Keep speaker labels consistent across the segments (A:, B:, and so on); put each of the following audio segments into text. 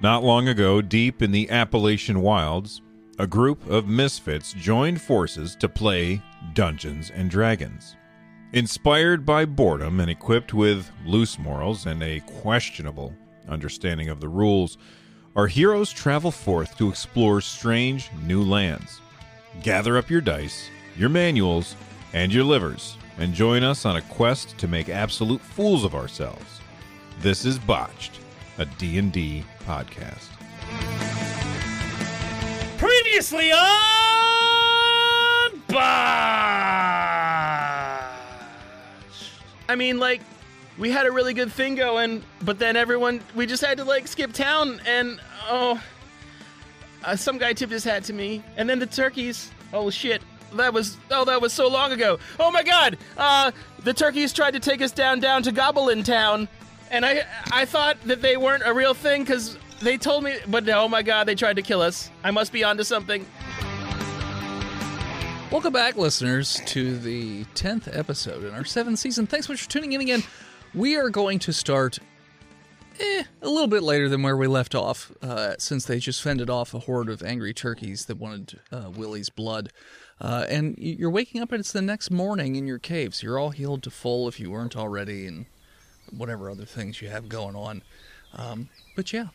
A: Not long ago, deep in the Appalachian wilds, a group of misfits joined forces to play Dungeons and Dragons. Inspired by boredom and equipped with loose morals and a questionable understanding of the rules, our heroes travel forth to explore strange new lands. Gather up your dice, your manuals, and your livers, and join us on a quest to make absolute fools of ourselves. This is Botched, a D&D podcast.
B: Previously on I mean, like, we had a really good thing going, but then everyone, we just had to, like, skip town, and, oh, uh, some guy tipped his hat to me, and then the turkeys, oh, shit. That was oh, that was so long ago. Oh my God! Uh, the turkeys tried to take us down down to Goblin Town, and I I thought that they weren't a real thing because they told me, but no, oh my God, they tried to kill us. I must be onto something.
C: Welcome back, listeners, to the 10th episode in our seventh season. Thanks so much for tuning in again. We are going to start eh, a little bit later than where we left off, uh, since they just fended off a horde of angry turkeys that wanted uh, Willie's blood. Uh, and y- you're waking up, and it's the next morning in your caves. You're all healed to full if you weren't already, and whatever other things you have going on. Um, but yeah.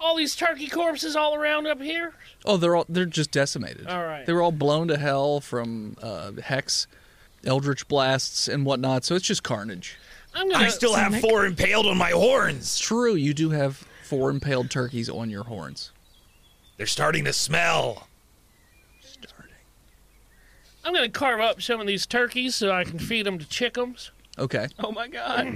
D: all these turkey corpses all around up here?
C: Oh, they're all they're just decimated.
D: All right.
C: They were all blown to hell from uh, hex, eldritch blasts and whatnot. So it's just carnage.
D: I'm gonna.
E: I still have four impaled on my horns.
C: True, you do have four impaled turkeys on your horns.
E: They're starting to smell.
D: I'm gonna carve up some of these turkeys so I can feed them to chickums.
C: Okay.
B: Oh my god.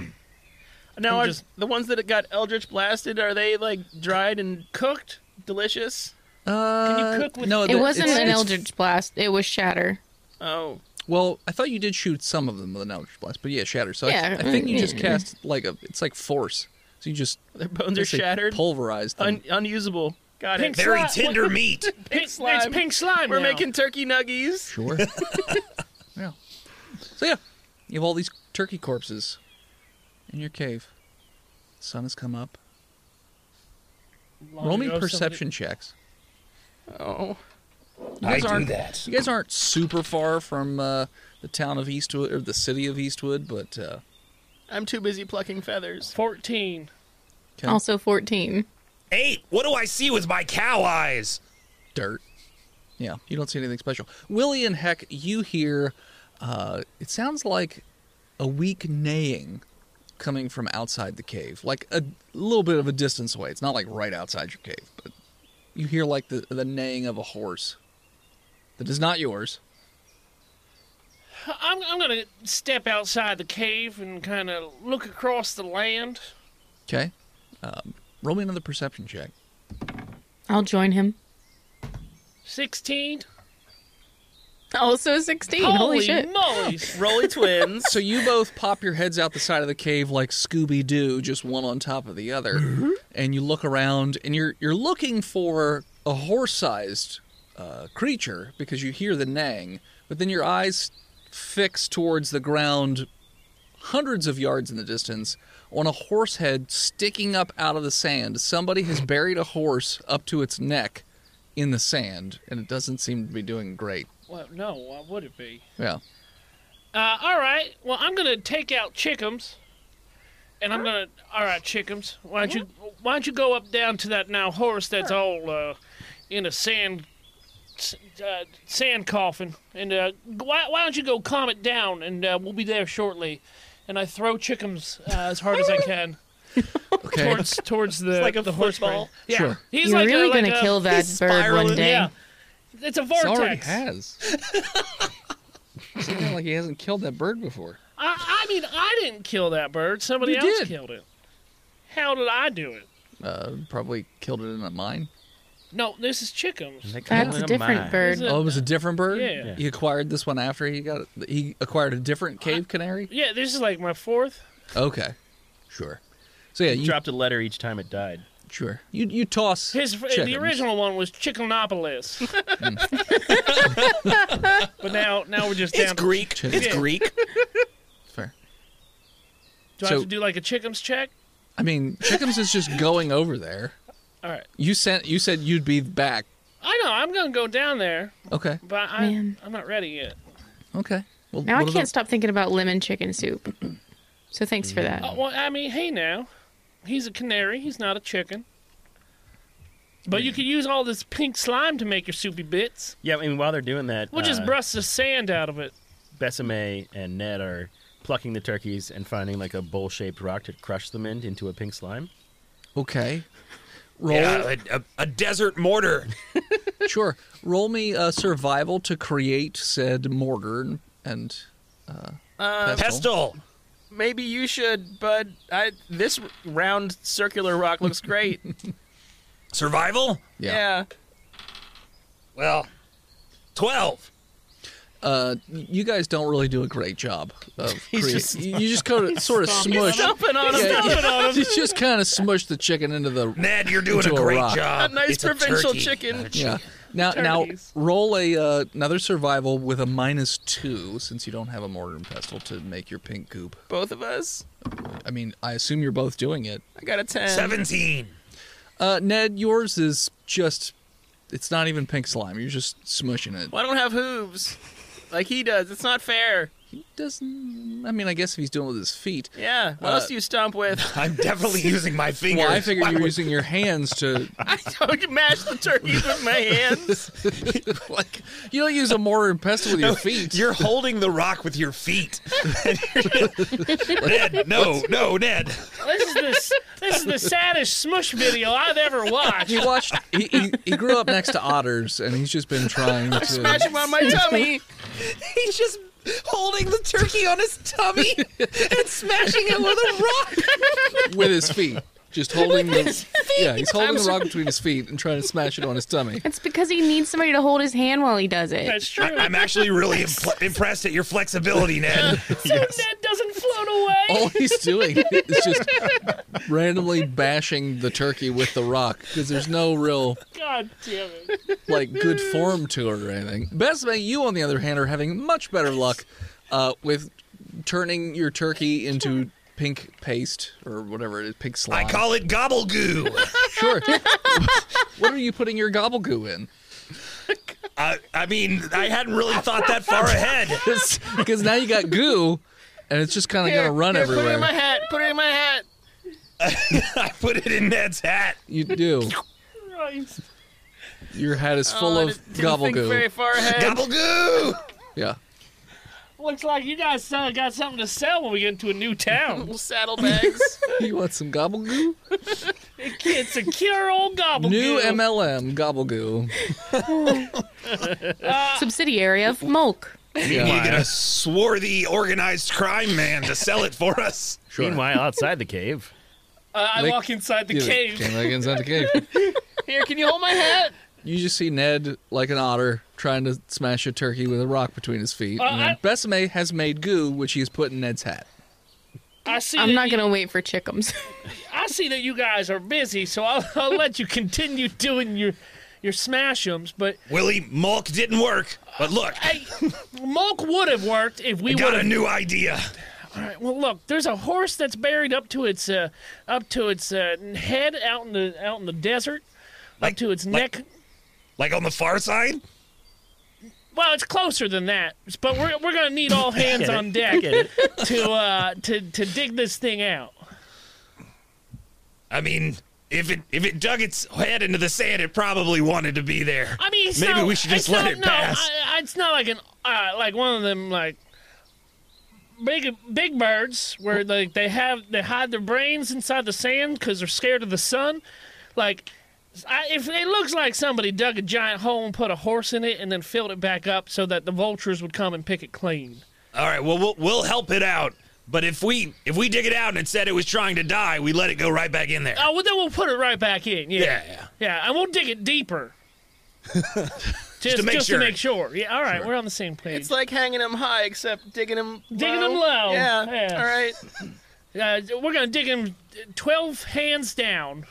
B: now,
D: I'm
B: are
D: just-
B: the ones that got Eldritch blasted, are they like dried and cooked? Delicious?
C: Uh,
D: cook with-
C: no,
F: It
C: the-
F: wasn't
C: it's-
F: an
C: it's-
F: eldritch blast. It was shatter.
B: Oh.
C: Well, I thought you did shoot some of them with an eldritch blast, but yeah, shatter. So I-
F: Yeah,
C: I, think you
F: mm,
C: just
F: yeah.
C: cast like a. It's like force. So you just
B: Their bones are
C: basically
B: shattered.
C: Pulverized. Them.
B: Un- unusable. Got it.
D: Pink
E: Very
D: Slime.
E: tender meat.
D: Pink
B: slime.
D: It's pink slime.
B: We're
D: now.
B: making turkey nuggies.
C: Sure. yeah. So yeah, you have all these turkey corpses in your cave. sun has come up.
D: Long
C: Roll me
D: ago,
C: perception checks.
B: Oh.
E: I
C: guys
E: do
C: aren't-
E: that.
C: You guys aren't super far from uh, the town of Eastwood or the city of Eastwood, but uh,
B: I'm too busy plucking feathers.
D: somebody- Fourteen.
C: Yeah.
F: Also 14.
E: Eight. What do I see with my cow eyes?
C: dirt. Yeah, you don't see anything special. Willie and Heck, you hear uh, it sounds like a weak neighing coming from outside the cave, like a little bit of a distance away. It's not like right outside your cave, but you hear like the, the neighing of a horse that is not yours.
D: I'm I'm gonna step outside the cave and kind of look across the land.
C: Okay? Um, roll me another perception check.
F: I'll join him.
D: Sixteen.
F: Also 16. Holy, shit.
D: moly!
B: Rolly twins.
C: So you both pop your heads out the side of the cave like Scooby Doo, just one on top of the other, and you look around, and you're you're looking for a horse-sized uh, creature because you hear the neighing, but then your eyes fix towards the ground, hundreds of yards in the distance, on a horse head sticking up out of the sand. Somebody has buried a horse up to its neck in the sand, and it doesn't seem to be doing great.
D: well, no, what would it be?
C: Yeah.
D: Uh, all right. Well, I'm gonna take out Chickums, and I'm gonna. All right, Chickums. Why don't you Why don't you go up down to that now horse that's all uh, in a sand s- uh, sand coffin, and uh, why Why don't you go calm it down, and uh, we'll be there shortly. And I throw Chickums uh, as hard as I can
C: Okay.
D: towards towards the
B: like a
D: the horse
B: football.
D: brain. Yeah,
C: Sure.
D: he's
F: You're
D: like a-
F: really
D: like
F: going to
D: a-
F: kill that
E: he's
F: bird one
E: spiraling,
F: day.
D: Yeah, it's a
C: He already
D: vortex.
C: has. it's not like he hasn't killed that bird before.
D: I, I mean, I didn't kill that bird. Somebody
C: You
D: else
C: did.
D: killed it. How did I do it?
C: Uh, probably killed it in a mine.
D: No, this is chickens.
F: That's a different bird.
D: Is it-
C: Oh, it was a different bird.
D: Yeah. Yeah.
C: He acquired this one after he got it. He acquired a different cave canary.
D: Yeah, this is like my fourth.
C: Okay, sure. So yeah, you
G: dropped a letter each time it died.
C: sure you you toss
D: His
C: chickens.
D: the original one was Chickenopolis. but now now we're just down.
E: It's Greek.
C: Chicken.
E: It's
D: Yeah.
E: Greek.
C: Fair.
D: do I have
C: so-
D: to do like a chickens check?
C: I mean, chickens is just going over there.
D: All right.
C: You sent. You said you'd be back.
D: I know. I'm gonna go down there,
C: Okay.
D: but I,
F: Man.
D: I'm not ready yet.
C: Okay. Well,
F: Now I
C: what are the-
F: can't stop thinking about lemon chicken soup. So thanks for that.
E: Oh.
D: Uh, well, I mean, hey, now, he's a canary. He's not a chicken. But you could use all this pink slime to make your soupy bits.
B: Yeah, I mean, while they're doing that,
D: We'll just
B: uh,
D: brush the sand out of it.
B: Besame and Ned are plucking the turkeys and finding like a bowl-shaped rock to crush them in into a pink slime.
C: Okay. Roll.
E: Yeah, a, a, a desert mortar.
C: Sure. Roll me a survival to create said mortar and. and uh, pestle.
E: Pestle.
B: Maybe you should, bud. I this round circular rock looks great.
E: Survival?
C: Yeah.
E: Well, 12.
C: Uh, you guys don't really do a great job of creating.
B: just-
C: you just kind of sort of
B: You're
C: smush.
B: stomping on
C: Yeah,
B: him.
C: you, you just kind of smush the chicken into the
E: Ned, you're doing a
C: Into a
E: great
C: rock.
E: job.
B: A nice
E: It's
B: provincial
E: turkey.
B: chicken.
E: Uh,
C: Yeah. Now, now
D: Turkeys.
C: roll a uh, another survival with a minus two, since you don't have a mortar and pestle to make your pink goop.
B: Both of us.
C: I mean, I assume you're both doing it.
B: I got a ten.
E: 17.
C: Uh, Ned, yours is just—it's not even pink slime. You're just smushing it.
B: Well, I don't have hooves like he does. It's not fair.
C: Doesn't. I mean, I guess if he's doing it with his feet.
B: Yeah. What
C: Uh,
B: else do you stomp with?
E: I'm definitely using my fingers.
C: Well, I figured
E: Why
C: you were
E: would-
C: using your hands to,
B: I don't mash the turkeys with my hands.
C: like, you don't use a mortar and pestle with your feet.
E: You're holding the rock with your feet. Ned, no, no, Ned.
D: This is this. this is the saddest smush video I've ever watched.
C: He watched. He, he, he grew up next to otters, and he's just been trying to
B: Smash him on my tummy.
E: He's just holding the turkey on his tummy and smashing it with a rock.
C: with his feet, just holding the yeah, he's holding the rock between his feet and trying to smash it on his tummy.
F: It's because he needs somebody to hold his hand while he does it.
D: That's true.
E: I'm actually really impl- impressed at your flexibility, Ned.
D: That doesn't float away.
C: All he's doing is just randomly bashing the turkey with the rock because there's no real
D: God damn it.
C: like good form to it or anything. Besame, you on the other hand are having much better luck uh, with turning your turkey into pink paste or whatever it is, pink
E: I
C: slime.
E: call it gobble goo.
C: sure. what are you putting your gobble goo in?
E: I, I mean, I hadn't really thought that far ahead.
C: Because now you got goo, and it's just kind of gonna run
B: Here, Put it
C: everywhere.
B: in my hat. Put it in my hat.
E: I put it in Ned's hat.
C: You do.
D: Christ.
C: Your hat is full
B: Oh, I
C: of
B: didn't
C: gobble
B: think
C: goo.
B: Very far ahead.
E: Gobble goo.
C: Yeah.
D: Looks like you guys uh, got something to sell when we get into a new town.
B: Little saddlebags.
C: You want some gobble goo?
D: It's a cure old gobble.
C: New
D: goo.
C: MLM gobble goo.
F: Subsidiary of Mulk.
E: You
C: Yeah.
E: get a swarthy organized crime man to sell it for us.
C: Sure.
B: outside the cave.
D: Uh, I
C: Like-
D: walk inside the
C: Yeah,
D: cave.
C: Came back inside the cave.
B: Here, can you hold my hat?
C: You just see Ned like an otter trying to smash a turkey with a rock between his feet. and then
D: I-
C: Besame has made goo, which he's put in Ned's hat.
D: I see.
F: I'm
D: that
F: not
D: you-
F: gonna wait for chickums.
D: I see that you guys are busy, so I'll, I'll let you continue doing your your smashums. But
E: Willie Mulk didn't work, but look,
D: hey, Mulk would have worked if we
E: I
D: would
E: got a
D: have.
E: new idea.
D: Well, look, there's a horse that's buried up to its uh, up to its uh, head out in the out in the desert,
E: Like-
D: up to its
E: like-
D: neck.
E: Like on the far side?
D: Well, it's closer than that, but we're we're gonna need all hands on deck to uh, to to dig this thing out.
E: I mean, if it if it dug its head into the sand, it probably wanted to be there.
D: I mean, it's
E: Maybe
D: not-
E: we should
D: it's
E: just let
D: not-
E: it
D: no,
E: pass.
D: I, I- it's not like an uh, like one of them like big big birds where like they have they hide their brains inside the sand because they're scared of the sun. Like, I, if it looks like somebody dug a giant hole and put a horse in it and then filled it back up so that the vultures would come and pick it clean.
E: All right, well, well we'll help it out. But if we if we dig it out and it said it was trying to die, we let it go right back in there.
D: Oh, well, then we'll put it right back in. Yeah,
E: Yeah,
D: yeah,
E: yeah.
D: and we'll dig it deeper. just
E: to make
D: just
E: sure.
D: to make sure. Yeah, all right, we're on the same page.
B: It's like hanging him high, except digging him
D: Digging him low.
B: Yeah.
D: Yeah.
B: All right.
D: Uh, we're gonna dig him twelve hands down.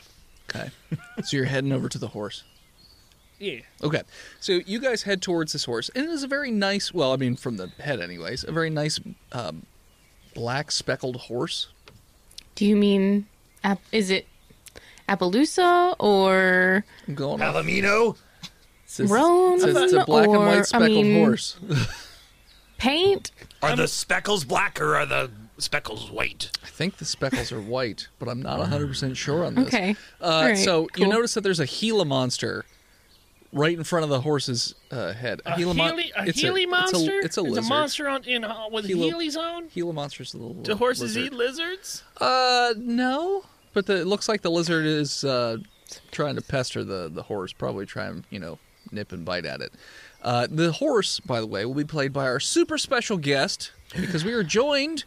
C: Okay. so you're heading over to the horse.
D: Yeah.
C: Okay, so you guys head towards this horse, and it is a very nice. Well, I mean, from the head, anyways, a very nice um, black speckled horse.
F: Do you mean ap- is it Appaloosa or
C: I'm going off.
E: Palomino?
C: It's, it's,
F: Rome
C: it's, it's a black and
F: or- I
C: white speckled
F: mean-
C: horse.
F: paint.
E: Are the speckles black or are the speckles white?
C: I think the speckles are white, but I'm not 100% sure on this.
F: Okay.
C: Uh,
F: All right,
C: so you
F: cool.
C: notice that there's a Gila monster right in front of the horse's uh, head.
D: A
C: Gila mon-
D: Healy, a
C: it's
D: Healy monster?
C: It's a, it's a lizard.
D: monster on, in, uh, with
C: Gila-
D: Heelys on?
C: Gila monster's a little.
B: Do horses
C: lizard.
B: eat lizards?
C: Uh, no. But the, it looks like the lizard is uh, trying to pester the, the horse, probably try and, you know, nip and bite at it. Uh, the horse, by the way, will be played by our super special guest because we are joined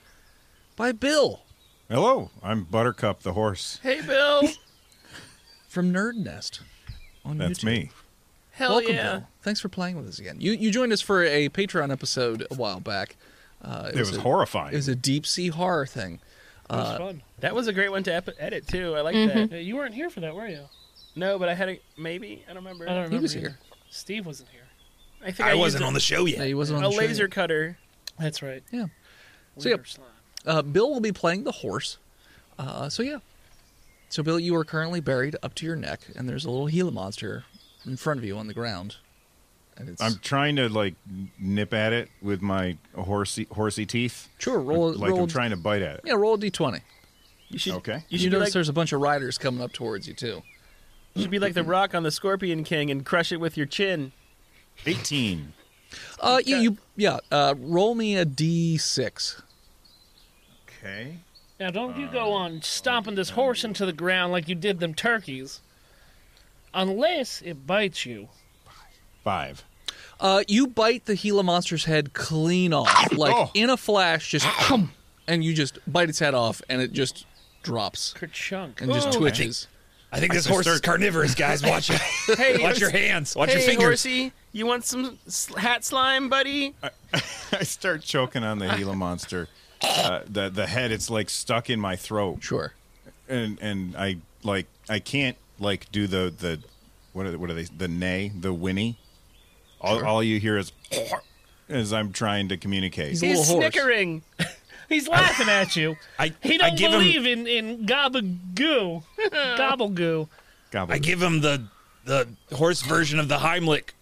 C: by Bill
A: Hello, I'm Buttercup the horse.
B: Hey, Bill.
C: from Nerd Nest on
A: That's
C: YouTube.
A: me.
B: Hell
C: Welcome,
B: yeah.
C: Bill. Thanks for playing with us again. You you joined us for a Patreon episode a while back. Uh,
A: It was
C: a,
A: horrifying.
C: It was a deep sea horror thing.
D: That
C: Uh,
D: was fun.
B: That was a great one to ep- edit too. I like that.
D: Yeah, you weren't here for that, were you?
B: No, but I had a maybe. I don't remember.
D: I don't remember.
C: was
D: either.
C: here.
D: Steve wasn't here.
B: I think I,
E: I wasn't
B: used
E: on the show
C: Yeah,
E: yet.
C: he wasn't on
B: a, a
C: the show
B: laser
C: yet.
B: cutter.
D: That's right.
C: Yeah. So,
D: Weird
C: yep.
D: slime.
C: Uh, Bill will be playing the horse. Uh, so yeah. So Bill, you are currently buried up to your neck, and there's a little Gila monster in front of you on the ground, and it's
A: I'm trying to like nip at it with my horsey horsey teeth.
C: sure roll
A: like
C: roll
A: I'm trying to bite at it.
C: yeah roll a d20.
B: You should.
A: Okay.
B: You
C: You,
B: should be
C: notice
B: like,
C: there's a bunch of riders coming up towards you too.
B: you should be like the rock on the Scorpion King and crush it with your chin.
A: 18.
C: Uh, yeah, you yeah. Uh, roll me a d6.
A: Okay.
D: Now, don't you go on stomping this horse into the ground like you did them turkeys. Unless it bites you.
A: Five.
C: Uh, you bite the Gila monster's head clean off, like
A: Oh.
C: in a flash, just and you just bite its head off, and it just drops
D: Kerchunk.
C: and just
B: Oh.
C: twitches.
E: I think this
A: I
E: horse is
A: start-
E: carnivorous, guys. Watch it.
B: Hey,
E: Watch your hands. Watch
B: hey,
E: your fingers.
B: horsey, you want some s- hat slime, buddy?
A: I start choking on the Gila monster. Uh, the the head it's like stuck in my throat.
C: Sure.
A: and and I like I can't like do the the what are, what are they the neigh the whinny. All, all you hear is as I'm trying to communicate.
C: He's a
B: He's
C: little horse.
B: snickering.
D: He's laughing at you.
E: I,
D: He
E: I
D: don't
E: give
D: believe
E: him.
D: in in gabagoo, gobble
A: Gobble.
E: I give him the the horse version of the Heimlich,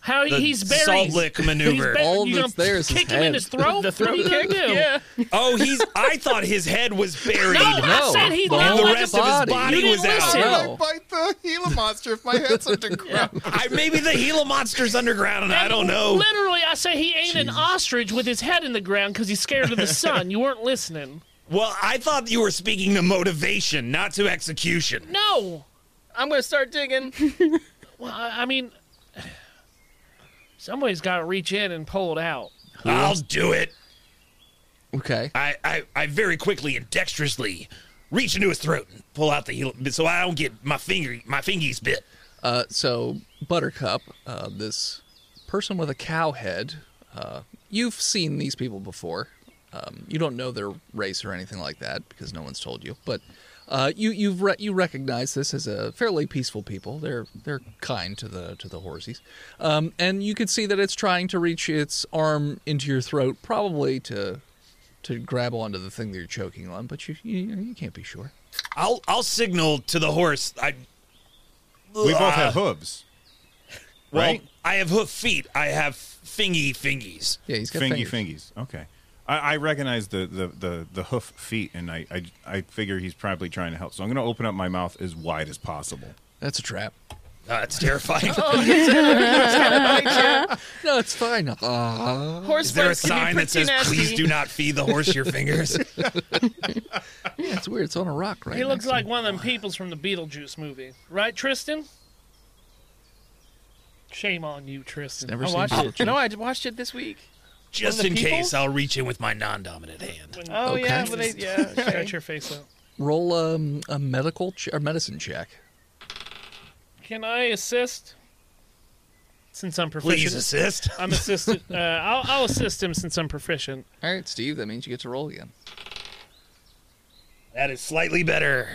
D: How
E: the
D: he's buried.
E: salt lick
D: He's
E: maneuver.
D: buried.
C: All
D: you
C: that's
D: gonna
C: there is his
D: kick him in
C: head.
D: his throat.
B: The throat
D: what are you
B: kick.
D: gonna do?
B: Yeah.
E: oh, he's. I thought his head was buried.
D: No, I
C: No,
D: said he
C: the
D: now
E: the
C: whole
D: like
E: rest of his
C: body.
E: body
D: You didn't
E: was out.
D: listen.
C: No. Oh.
A: bite the Gila monster if my head's underground.
E: I, maybe the Gila monster's underground, and I don't know.
D: Literally, I say he ain't an ostrich with his head in the ground because he's scared of the sun. You weren't listening.
E: Well, I thought you were speaking to motivation, not to execution.
D: No.
B: I'm gonna start digging.
D: Well, I, I mean, somebody's got to reach in and pull it out.
E: I'll do it.
C: Okay.
E: I, I, I very quickly and dexterously reach into his throat and pull out the heel, so I don't get my finger, my fingies bit.
C: Uh, so Buttercup, uh, this person with a cow head, uh, you've seen these people before. Um, you don't know their race or anything like that because no one's told you, but uh, you you've re- you recognize this as a fairly peaceful people. They're they're kind to the to the horsies, um, and you can see that it's trying to reach its arm into your throat, probably to to grab onto the thing that you're choking on. But you you, you can't be sure.
E: I'll I'll signal to the horse. I
A: We both have hooves.
E: well,
A: right?
E: I have hoof feet. I have fingy fingies.
C: Yeah, he's got
A: Fingy
C: fingers.
A: fingies. Okay. I, I recognize the, the, the, the hoof feet, and I, I, I figure he's probably trying to help. So I'm going to open up my mouth as wide as possible.
C: That's a trap.
E: Uh, it's terrifying.
D: Oh,
C: No, it's fine. Ah.
B: Horse
E: Is there a
B: farts can be
E: sign that
B: pretty
E: says
B: nasty.
E: "Please do not feed the horse your fingers"?
C: Yeah, it's weird. It's on a rock right
D: He looks
C: next
D: like one of them peoples from the Beetlejuice movie, right, Tristan? Shame on you, Tristan.
C: never
D: I
C: seen
D: watched
C: Beetlejuice.
D: it.
B: No, I watched it this week.
E: Just
B: One
E: in
B: of the
E: case,
B: peoples?
E: I'll reach in with my non-dominant hand.
D: When
B: Oh
C: Okay.
B: yeah, but they, yeah.
D: Stretch your face out.
C: to you. Roll um, a medical ch- or medicine check.
D: Can I assist? Since I'm proficient,
E: Please assist.
D: I'm assistant. Uh, I'll, I'll assist him since I'm proficient.
C: All right, Steve. That means you get to roll again.
E: That is slightly better.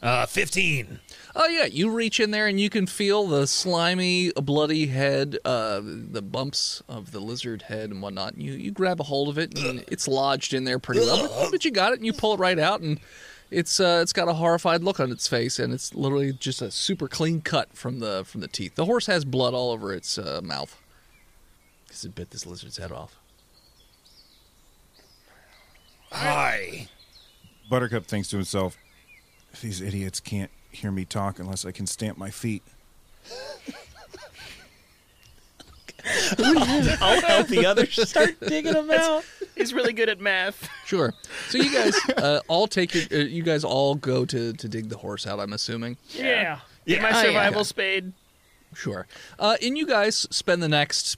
E: Uh, fifteen.
C: Oh yeah, you reach in there and you can feel the slimy, bloody head, uh, the bumps of the lizard head and whatnot. And you you grab a hold of it and it's lodged in there pretty well, but, but you got it and you pull it right out and It's uh, it's got a horrified look on its face, and it's literally just a super clean cut from the from the teeth. The horse has blood all over its uh, mouth because it bit this lizard's head off.
E: Hi.
G: Buttercup thinks to himself, these idiots can't hear me talk unless I can stamp my feet.
E: I'll help the others.
B: Digging him out. He's really good at math.
C: Sure. So you guys uh, all take your, uh, you guys all go to to dig the horse out. I'm assuming.
D: Yeah.
B: Get my
F: Oh, yeah.
B: survival spade.
C: Sure. Uh, and you guys spend the next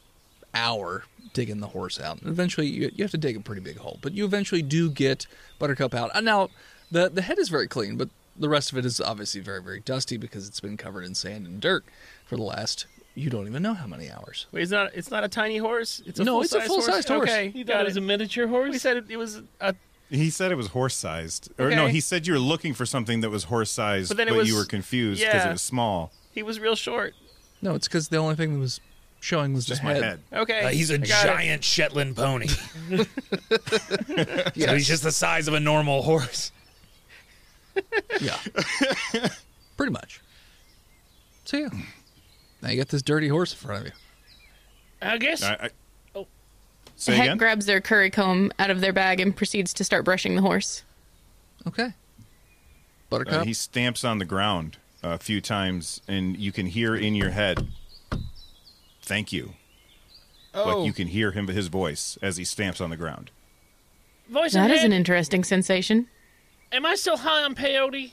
C: hour digging the horse out. And eventually, you, you have to dig a pretty big hole, but you eventually do get Buttercup out. Uh, now, the, the head is very clean, but the rest of it is obviously very, very dusty because it's been covered in sand and dirt for the last, you don't even know how many hours.
B: Wait, it's not. It's not a tiny horse. It's a
C: No, it's a
B: full-size
C: full-sized horse.
B: Okay,
D: You thought
B: got
D: it was a
B: it.
D: miniature horse?
B: We said it, it was a.
G: He said it was horse sized. Or no,
B: Okay.
G: he said you were looking for something that was horse sized,
B: But
G: but,
B: then it
G: you
B: was-
G: were confused because
B: yeah.
G: it was small.
B: He was real short.
C: No, it's because the only thing that was showing was
G: Just
C: the
G: my
C: head.
G: head.
B: Okay,
E: Uh, he's a
B: I got it.
E: giant Shetland pony.
C: Yes.
E: So he's just the size of a normal horse.
C: Yeah. Pretty much. So, yeah. Now you got this dirty horse in front of you.
D: I guess.
G: I, I,
D: Oh.
F: The
G: Say
F: head
G: again?
F: grabs their curry comb out of their bag and proceeds to start brushing the horse.
C: Okay.
G: Uh,
C: Buttercup.
G: he stamps on the ground a few times, and you can hear in your head, "Thank you."
B: Oh.
G: Like you can hear him, his voice as he stamps on the ground.
D: Voice in
F: That is
D: head,
F: an interesting sensation.
D: Am I still high on peyote?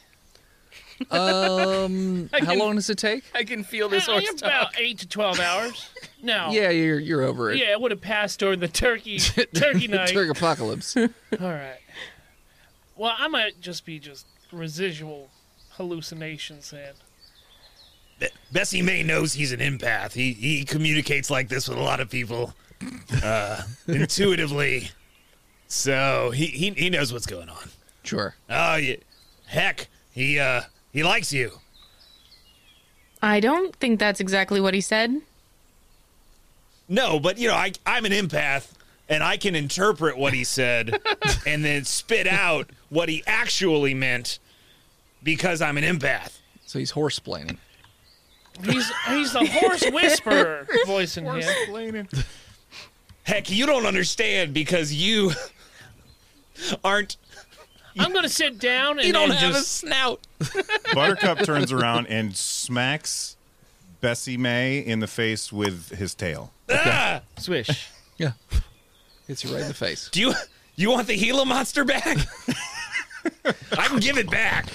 C: um, how
B: can-
C: long does it take?
B: I can feel this
D: Uh,
B: horse
D: about
B: talk.
D: eight to twelve hours. No.
C: Yeah, you're you're over it.
D: Oh. Yeah, it would have passed during the turkey turkey night.
C: Turk apocalypse.
D: All right. Well, I might just be just residual hallucinations then.
E: Be- Bessie May knows he's an empath. He he communicates like this with a lot of people, uh, intuitively. So he, he he knows what's going on.
C: sure.
E: Oh, yeah. heck, he uh he likes you.
F: I don't think that's exactly what he said.
E: No, but you know, I I'm an empath and I can interpret what he said and then spit out what he actually meant because I'm an empath.
C: So he's horseplaining.
D: He's he's the horse whisperer voice in head.
E: Heck, you don't understand because you aren't
D: I'm gonna sit down and,
E: you don't
D: and
E: have a
D: just
E: snout.
G: Buttercup turns around and smacks Bessie May in the face with his tail.
E: Ah,
B: Swish.
C: Yeah. Hits you right in the face.
E: do you you want the Gila monster back? I can give it back.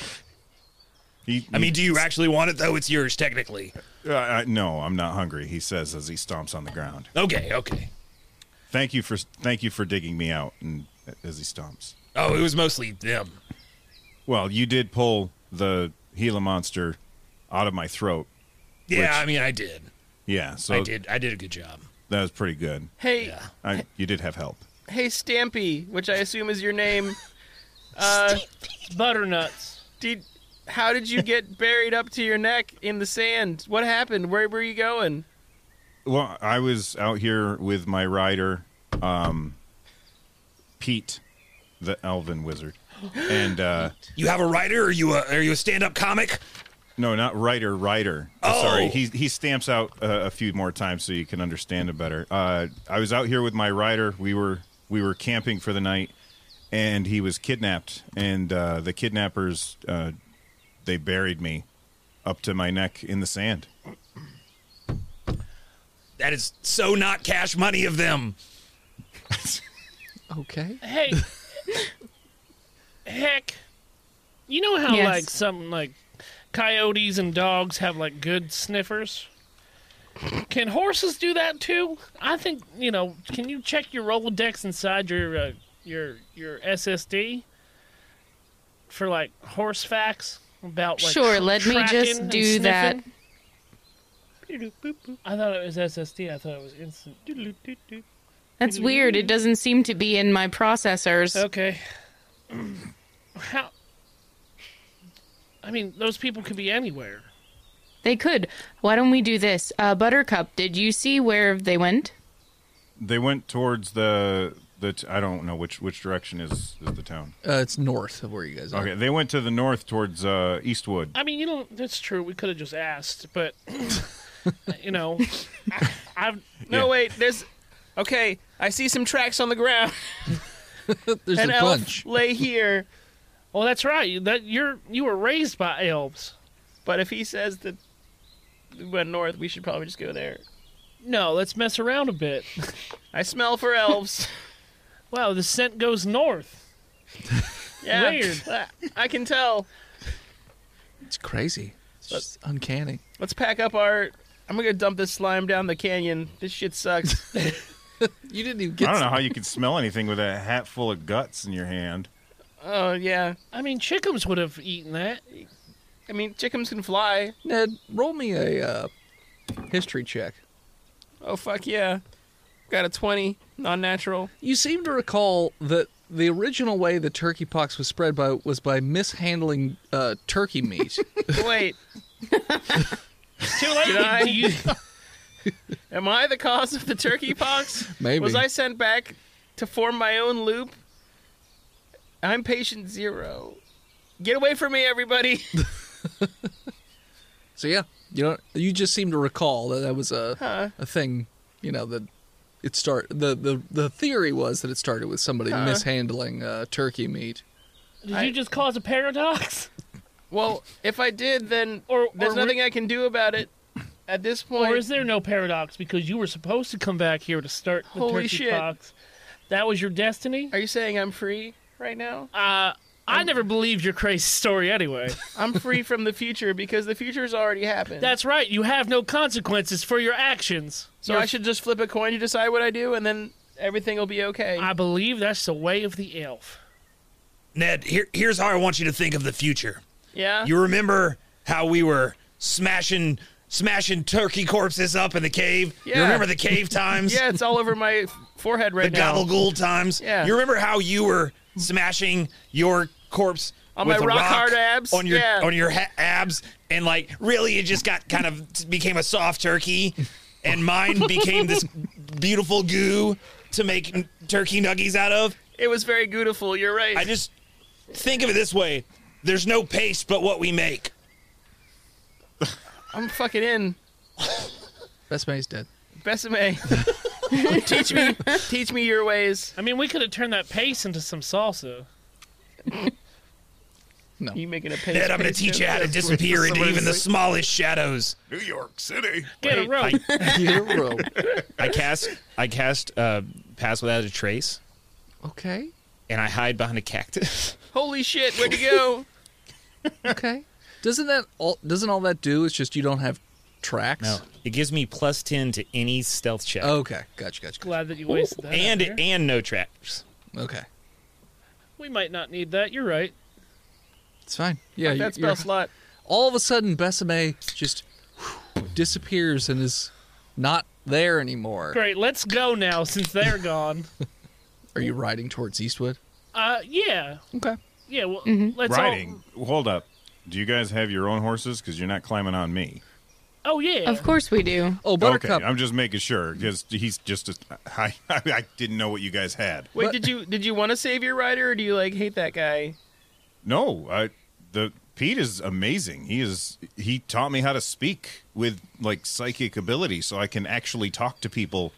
G: He,
E: I mean, do you actually want it though? It's yours technically.
G: uh, uh, no, I'm not hungry. He says as he stomps on the ground.
E: Okay, okay.
G: Thank you for thank you for digging me out. And as he stomps,
E: Oh, it was mostly them.
G: well, you did pull the Gila monster out of my throat.
E: Yeah,
G: Which- Oh.
E: I mean, I did.
G: Yeah, so
E: I did. I did a good job.
G: that was pretty good.
B: Hey,
E: Yeah.
G: I, you did have help.
B: hey, Stampy, which I assume is your name. Uh,
D: butternuts.
B: did how did you get buried up to your neck in the sand? What happened? Where were you going?
G: Well, I was out here with my rider, um, Pete, the Elven Wizard, and uh,
E: You have a writer? Are you a are you a stand up comic?
G: no, not rider, rider. Sorry,
E: Oh.
G: he he stamps out uh, a few more times so you can understand it better. Uh, I was out here with my rider. We were we were camping for the night, and he was kidnapped, and uh, the kidnappers uh, they buried me up to my neck in the sand.
E: That is so not cash money of them.
C: Okay.
D: Hey, heck, you know how
F: Yes.
D: like some like coyotes and dogs have like good sniffers. Can horses do that too? I think you know. Can you check your Rolodex inside your uh, your your SSD for like horse facts about like
F: sure,
D: tr-
F: let me
D: tracking
F: just
D: and
F: do that.
D: sniffing? I thought it was SSD. I thought it was instant. Doodle-doo-doo.
F: That's weird. It doesn't seem to be in my processors.
D: Okay. How? I mean, those people could be anywhere.
F: They could. Why don't we do this? Uh, Buttercup, did you see where they went?
G: They went towards the the t- I don't know which which direction is is the town.
C: Uh, it's north of where you guys are.
G: Okay, they went to the north towards uh, Eastwood.
D: I mean, you know, that's true. We could have just asked, but you know, I, I've
H: No, wait. There's. Okay, I see some tracks on the ground.
C: There's
H: An
C: a
H: elf
C: bunch.
H: lay here.
D: Well, that's right. You- That you're you were raised by elves.
H: But if he says that we went north, we should probably just go there.
D: No, let's mess around a bit.
H: I smell for elves.
D: Wow, the scent goes north.
H: Yeah.
D: Weird.
H: I can tell.
C: It's crazy. It's just uncanny.
H: Let's pack up our. I'm gonna dump this slime down the canyon. This shit sucks.
C: You didn't even
G: I
C: get
G: don't know how you can smell anything with a hat full of guts in your hand.
H: oh yeah.
D: I mean, chickens would have eaten that.
H: I mean, chickens can fly.
C: Ned, roll me a uh, history check.
H: Oh fuck yeah. Got a twenty, non-natural.
C: You seem to recall that the original way the turkey pox was spread by was by mishandling uh, turkey meat.
H: Wait,
D: Too late.
H: Did I?
D: You-
H: am I the cause of the turkey pox?
C: Maybe.
H: Was I sent back to form my own loop? I'm patient zero. Get away from me, everybody.
C: so yeah, you don't. You just seem to recall that that was a a thing. You know that it start the, the the theory was that it started with somebody mishandling uh, turkey meat.
D: did
H: I-
D: you just cause a paradox?
H: Well, if I did, then
D: Or-
H: there's
D: or
H: nothing I can do about it at this point.
D: Or is there no paradox because you were supposed to come back here to start the
H: Holy
D: turkey
H: shit.
D: pox? That was your destiny.
H: Are you saying I'm free right now?
D: Uh, I never believed your crazy story anyway.
H: I'm free from the future because the future's already happened.
D: That's right. You have no consequences for your actions.
H: so I should just flip a coin to decide what I do, and then everything will be okay.
D: I believe that's the way of the elf.
E: Ned, here, here's how I want you to think of the future.
H: yeah.
E: You remember how we were smashing smashing turkey corpses up in the cave? You
H: Yeah.
E: remember the cave times?
H: yeah, it's all over my f- forehead right
E: the
H: now.
E: gobble ghoul times.
H: Yeah.
E: You remember how you were smashing your corpse
H: On
E: with
H: my
E: a
H: rock
E: rock
H: hard abs?
E: on your
H: Yeah.
E: on your ha- abs, and like really, it just got kind of became a soft turkey, and mine became this beautiful goo to make n- turkey nuggies out of.
H: It was very beautiful. You're right.
E: I just think of it this way: there's no paste but what we make.
H: I'm fucking in.
C: Best mate's dead.
H: Besame. teach me, teach me your ways.
D: I mean, we could have turned that paste into some salsa.
H: You making a paste?
E: Ned, I'm going to
H: paste
E: teach
H: joke?
E: you how to disappear into even the smallest shadows.
G: New York City.
D: Get a rope.
C: Hero.
E: I cast, I cast, uh, pass without a trace,
C: Okay.
E: and I hide behind a cactus.
H: Holy shit! Where'd you go?
C: Okay. Doesn't that all? Doesn't all that do? It's just you don't have tracks.
E: it gives me plus ten to any stealth check,
C: Okay. Gotcha. Gotcha. gotcha.
D: Glad that you wasted that.
E: and
D: out here.
E: and no traps.
C: Okay.
D: we might not need that. You're right.
C: It's fine. Yeah.
H: That
C: you- you're-
H: spell slot.
C: all of a sudden Besame just disappears and is not there anymore.
D: Great. Let's go now since they're gone.
C: Are you riding towards Eastwood?
D: Uh, yeah,
C: Okay.
D: yeah. Well, let's all-
G: Riding. Hold up. Do you guys have your own horses? Because you're not climbing on me.
D: Oh yeah.
F: Of course we do.
C: Oh, Buttercup.
G: Okay, I'm just making sure because he's just. A, I, I I didn't know what you guys had.
H: Wait,
C: What?
H: did you did you want to save your rider, or do you like hate that guy?
G: No, I the Pete is amazing. He is he taught me how to speak with like psychic ability so I can actually talk to people.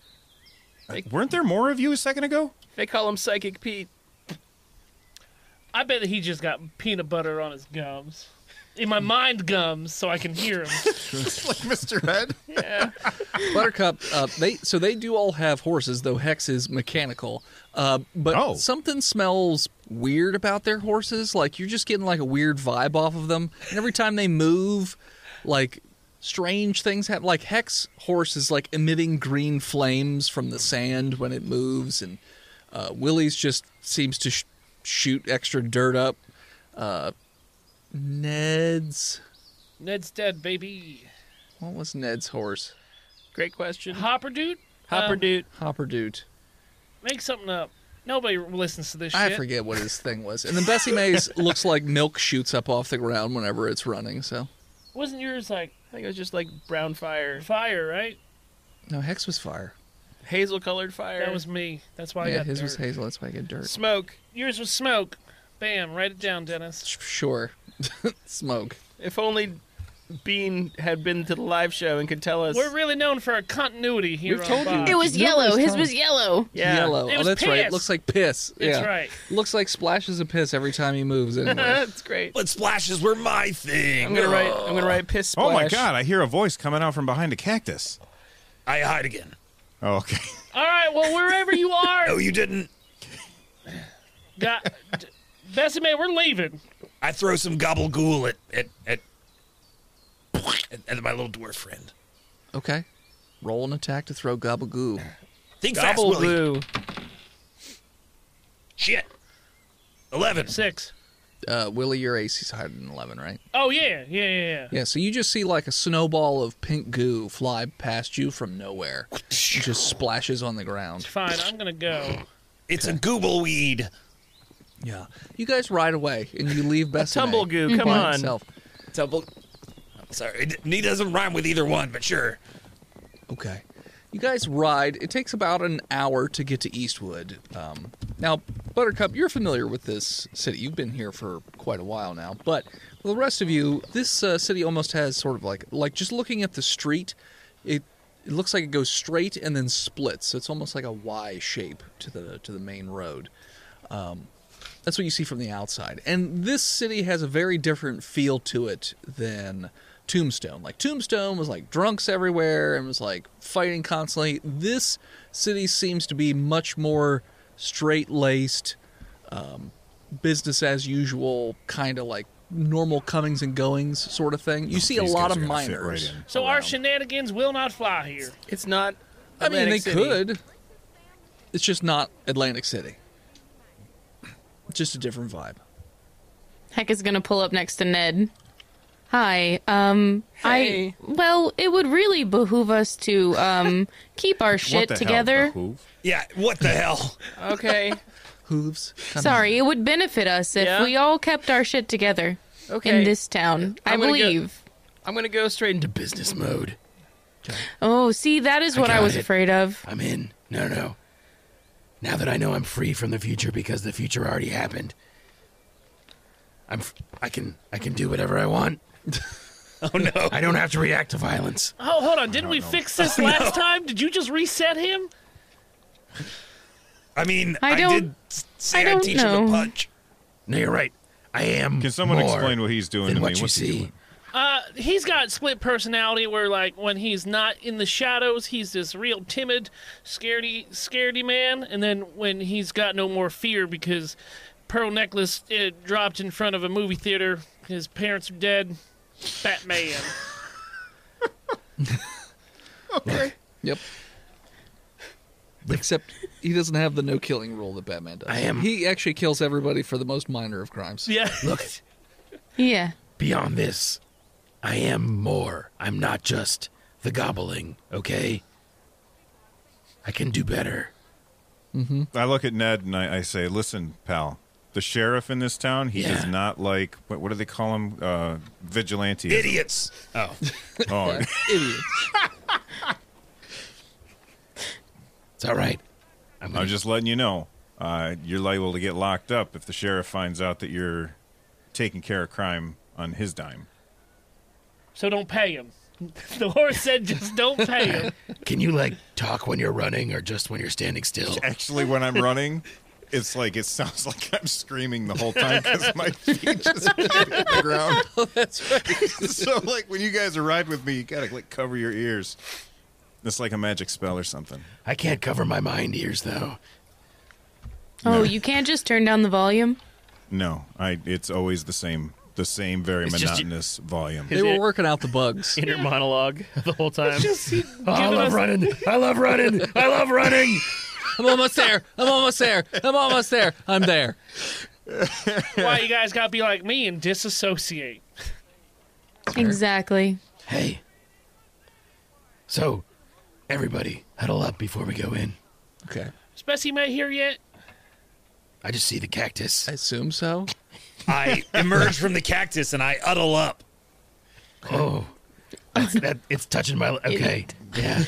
G: Uh, weren't there more of you a second ago?
H: They call him Psychic Pete.
D: I bet that he just got peanut butter on his gums. In my mind, gums, so I can hear him.
G: like Mr. Head.
C: Buttercup. Uh, they so they do all have horses, though Hex is mechanical. Uh, but
G: Oh.
C: something smells weird about their horses. Like you're just getting like a weird vibe off of them, and every time they move, like strange things happen. Like Hex horse is like emitting green flames from the sand when it moves, and uh, Willie's just seems to sh- shoot extra dirt up. Uh, Ned's
D: Ned's dead, baby.
C: what was Ned's horse?
H: Great question.
D: Hopper dude,
C: uh,
H: Hopper
D: Um,
H: dude.
C: Hopper Dude.
D: make something up. Nobody listens to this
C: I
D: shit.
C: forget what his thing was. And then Bessie Mays looks like milk shoots up off the ground whenever it's running. So
D: Wasn't yours like
H: I think it was just like brown fire.
D: fire, right?
C: no, Hex was fire.
B: hazel colored fire.
D: That was me. That's why I
C: yeah,
D: got
C: his
D: Oh, dirt.
C: was hazel. That's why I get dirt.
B: smoke.
D: Yours was smoke. Bam. Write it down, Dennis.
C: Sure. Smoke.
B: If only Bean had been to the live show and could tell us.
D: We're really known for our continuity here.
C: We've
D: on
C: told you.
G: Uh,
D: Bob.
F: It
C: Nobody's
F: was yellow. His
C: telling-
F: was yellow.
B: yeah.
C: Yellow.
D: It
C: oh,
D: was
C: that's right.
D: piss.
C: Looks like piss.
D: That's
C: yeah.
D: right.
C: Looks like splashes of piss every time he moves. Anyway.
B: That's great.
E: But splashes were my thing.
B: I'm gonna write. I'm gonna write piss splash.
G: Oh my god, I hear a voice coming out from behind a cactus.
E: I hide again.
G: Oh, okay.
D: All right. Well, wherever you
E: No,
D: are,
E: you didn't.
D: got, d- Bessie May, we're leaving.
E: I throw some gobble ghoul at at, at at at my little dwarf friend.
C: okay. Roll an attack to throw gobble
E: Think fast,
B: Double
E: Willie.
B: blue.
E: Shit. Eleven.
D: Six.
C: Uh, Willie, your AC's higher than eleven, right?
D: Oh yeah, yeah, yeah, yeah.
C: Yeah. So you just see like a snowball of pink goo fly past you from nowhere. It just splashes on the ground.
D: Fine. I'm gonna go.
E: It's a gooble weed.
C: Yeah. You guys ride away and you leave Best
B: Tumble goo.
C: Mm-hmm.
B: Come on.
C: Himself.
E: Double. I'm sorry, it, it doesn't rhyme with either one, but sure.
C: Okay. You guys ride. It takes about an hour to get to Eastwood. Um, now, Buttercup, you're familiar with this city. You've been here for quite a while now. But for the rest of you, this uh, city almost has sort of like like just looking at the street, it it looks like it goes straight and then splits. So it's almost like a Y shape to the to the main road. That's what you see from the outside. And this city has a very different feel to it than Tombstone. Like Tombstone was like drunks everywhere and was like fighting constantly. This city seems to be much more straight laced, um, business as usual, kind of like normal comings and goings sort of thing. You see a
G: Oh, These
C: lot
G: guys
C: of
G: are gonna fit
C: minors.
G: right in.
D: So our shenanigans will not fly here.
B: It's not.
C: I mean,
B: Atlantic
C: they
B: City.
C: could. It's just not Atlantic City. It's just a different vibe.
F: Heck is gonna pull up next to Ned. Hi. Um
B: Hey.
F: I well, it would really behoove us to um keep our
G: What
F: shit
G: the hell,
F: together.
G: Behoove?
E: Yeah, what the hell?
B: Okay.
C: Hooves. come on.
F: Sorry, it would benefit us if
B: Yeah?
F: we all kept our shit together
B: Okay.
F: in this town. i
B: I'm gonna go-
F: believe.
B: I'm gonna go straight into business mode.
F: Oh, see, that is what I,
B: got
F: was
B: it.
F: afraid of.
B: I'm in. No, no, no. Now that I know I'm free from the future because the future already happened, I'm. F- I can. I can do whatever I want.
E: Oh no.
B: I don't have to react to violence.
D: Oh, hold on. Didn't we fix this last time? Did you just reset him?
E: I mean,
F: I
E: I,
F: don't-
E: did s- say I
F: don't
E: would teach him
F: know.
E: to punch.
B: No, you're right. I am.
G: Can someone
B: more
G: explain what he's doing
B: than
G: to
B: what
G: me?
B: you
G: What's he
B: see.
G: doing?
D: Uh, he's got split personality where, like, when he's not in the shadows, he's this real timid, scaredy, scaredy man. And then when he's got no more fear because Pearl Necklace uh, dropped in front of a movie theater, his parents are dead, Batman.
C: Yep. Except he doesn't have the no killing rule that Batman does.
B: I am-
C: He actually kills everybody for the most minor of crimes.
D: yeah.
B: Look,
F: Yeah.
B: beyond this, I am more. I'm not just the gobbling. Okay. I can do better.
G: I look at Ned and I, I say, "Listen, pal, the sheriff in this town, he does
B: Yeah.
G: not like what, what do they call him? Uh, vigilante.
E: Idiots. Oh.
G: Oh,
C: Idiot.
B: It's all right. I'm
G: I'm just letting you know, uh, you're liable to get locked up if the sheriff finds out that you're taking care of crime on his dime.
D: So don't pay him. The horse said just don't pay him.
B: Can you like talk when you're running or just when you're standing still?
G: Actually, when I'm running, it's like it sounds like I'm screaming the whole time because my feet just hit the ground.
C: That's right.
G: so like when you guys ride with me, you gotta like cover your ears. It's like a magic spell or something.
B: I can't cover my mind ears though.
F: Oh,
G: No.
F: you can't just turn down the volume?
G: No, I. It's always the same, the same very
B: It's just-
G: monotonous volume.
C: They were working out the bugs.
I: inner monologue the whole time.
B: Oh, I love running. I love running. I love running.
C: I'm almost there. I'm almost there. I'm almost there. I'm there.
D: Why you guys gotta be like me and disassociate?
F: Exactly.
B: Hey. So, everybody, huddle up before we go in.
C: Okay.
D: Is Bessie May here yet?
B: I just see the cactus.
C: I assume so.
E: I emerge from the cactus and I uddle up.
B: Oh. That's, that, it's touching my. Okay. Yeah.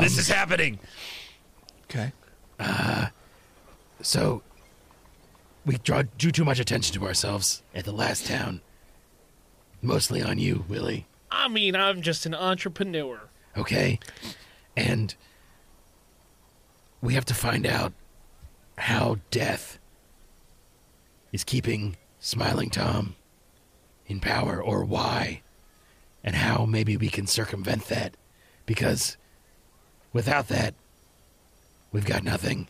E: this is happening.
C: Okay.
H: So, we draw, drew too much attention to ourselves at the last town. Mostly on you, Willie.
D: I mean, I'm just an entrepreneur.
H: Okay? And we have to find out how death is keeping Smiling Tom in power or why. And how maybe we can circumvent that. Because without that, we've got nothing.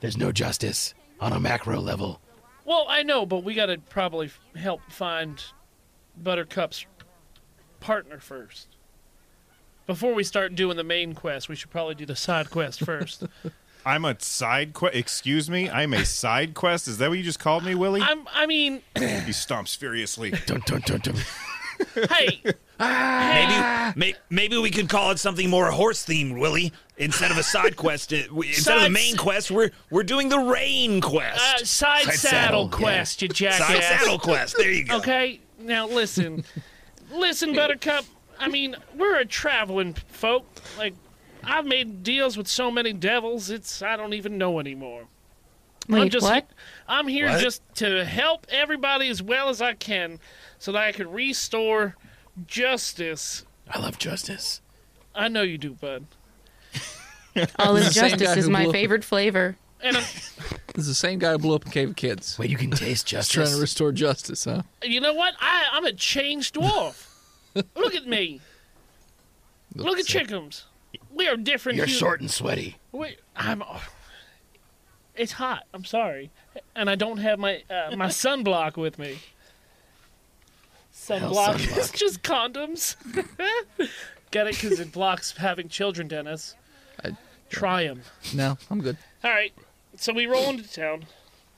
H: There's no justice on a macro level.
D: Well, I know, but we gotta probably f- help find Buttercup's partner first. Before we start doing the main quest, we should probably do the side quest first.
G: I'm a side quest. Excuse me, I'm a side quest. Is that what you just called me, Willie?
D: I'm, I mean,
G: He stomps furiously.
H: Dun, dun, dun, dun.
D: hey,
B: Ah.
E: Maybe, may, maybe we could call it something more horse themed, Willie. Instead of a side quest, it- we- instead of the
D: Side
E: main
D: s-
E: quest, we're we're doing the rain quest,
D: uh, side, saddle,
H: saddle, yeah.
D: quest, you
B: Ah,
D: jackass.
E: side saddle quest. There you go.
D: Okay, now listen, listen, Buttercup. I mean, we're a traveling folk. Like, I've made deals with so many devils, it's I don't even know anymore.
F: Wait,
D: I'm just,
F: what?
D: I'm here just to help everybody as well as I can, so that I can restore justice.
H: I love justice.
D: I know you do, bud.
F: Olive
C: same guy
F: justice
C: who
F: is my
C: blew-
F: favorite flavor.
D: And I'm,
C: This is the same guy who blew up a cave of kids.
H: Wait, you can taste
C: Trying to
H: justice.
C: restore justice, huh?
D: you know what? I, I'm a changed dwarf. Look at me. Look at Chickums. We are different.
H: You're
D: hu-
H: short and sweaty.
D: Wait, I'm. uh, It's hot. I'm sorry, and I don't have my uh, my sunblock with me. Sunblock. It's
H: sunblock.
D: just condoms. Get it? Because it blocks having children, Dennis.
C: I-
D: Try 'em.
C: No, I'm good.
D: All right. So we roll into town.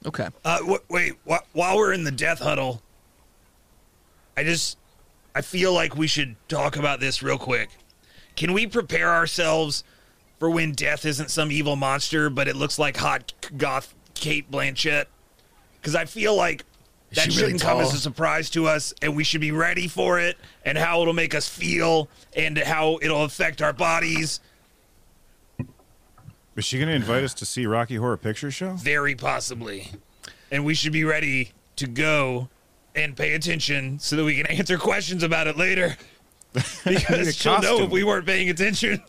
C: Okay.
E: Uh, wh- wait, wh- while we're in the death huddle, I just I feel like we should talk about this real quick. Can we prepare ourselves for when death isn't some evil monster, but it looks like hot c- goth Kate Blanchett? Because I feel like that
H: she really
E: shouldn't come as
H: tall?
E: a surprise to us, and we should be ready for it, and how it'll make us feel, and how it'll affect our bodies.
G: Is she going to invite us to see Rocky Horror Picture Show?
E: Very possibly. And we should be ready to go and pay attention so that we can answer questions about it later. Because she'll know
G: costume.
E: if we weren't paying attention.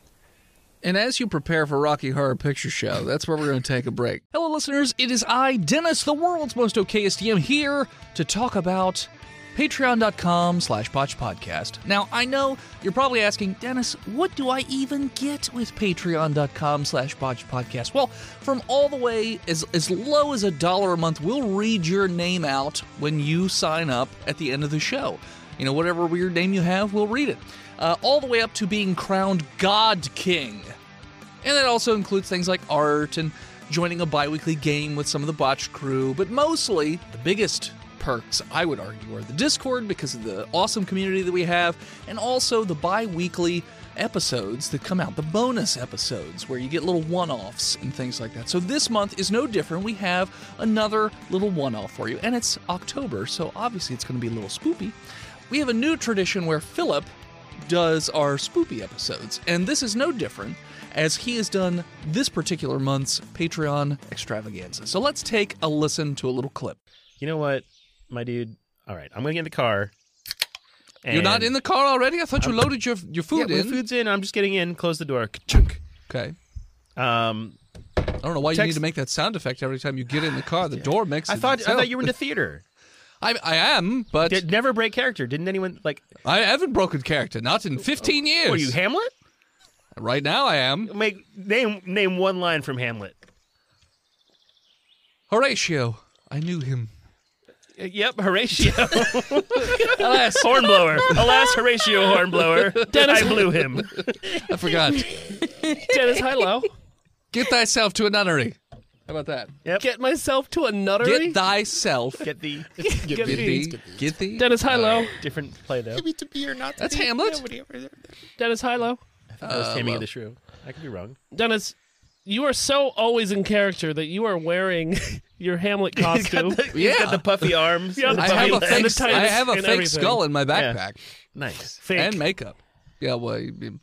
C: And as you prepare for Rocky Horror Picture Show, that's where we're going to take a break. Hello, listeners. It is I, Dennis, the world's most okayest DM, here to talk about patreon.com slash botch podcast. Now, I know you're probably asking, Dennis, what do I even get with patreon.com slash botch podcast? Well, from all the way as, as low as a dollar a month, we'll read your name out when you sign up at the end of the show. You know, whatever weird name you have, we'll read it. Uh, all the way up to being crowned God King. And it also includes things like art and joining a bi weekly game with some of the Botch crew. But mostly, the biggest perks, I would argue, are the Discord because of the awesome community that we have, and also the bi weekly episodes that come out, the bonus episodes where you get little one offs and things like that. So this month is no different. We have another little one off for you, and it's October, so obviously it's going to be a little spoopy. We have a new tradition where Philip does our spoopy episodes, and this is no different as he has done this particular month's Patreon extravaganza. So let's take a listen to a little clip.
I: You know what, my dude? All right, I'm gonna get in the car.
C: You're not in the car already? I thought you loaded your your
I: yeah,
C: food
I: my
C: in.
I: food's in. I'm just getting in. Close the door. Ka-chunk.
C: Okay.
I: Um,
C: I don't know why you need
I: Text-
C: to make that sound effect every time you get in the car. The door makes.
I: I
C: it
I: thought I
C: itself.
I: thought you were into theater.
C: I, I am, but
I: Did never break character. Didn't anyone like?
C: I haven't broken character. Not in 15 years.
I: Were Oh, you Hamlet?
C: right now, I am
I: Make name name one line from Hamlet.
C: Horatio. I knew him.
I: Uh, Yep, Horatio,
C: Alas,
I: hornblower. Alas, Horatio, hornblower. I blew him.
C: I forgot.
I: Dennis, hello.
C: Get thyself to a nunnery. How about that?
I: Get myself to a nuttery.
C: Get thyself.
I: Get the
C: Get thee. Get thee.
D: Dennis Hilo.
I: different play though.
C: That's Hamlet.
D: Dennis Hilo.
I: That was Taming of the Shrew. I could be wrong.
D: Dennis, you are so always in character that you are wearing your Hamlet costume.
C: Yeah.
I: Got the puffy arms.
D: Yeah,
I: and the
C: I
D: But
C: have
D: he-
C: a
I: puffy
D: and
C: fake,
D: the
C: s- I
D: tights
C: have a
D: and
C: fake
D: everything.
C: skull in my backpack
I: Nice. Fake.
C: and makeup. Yeah, well, you- you-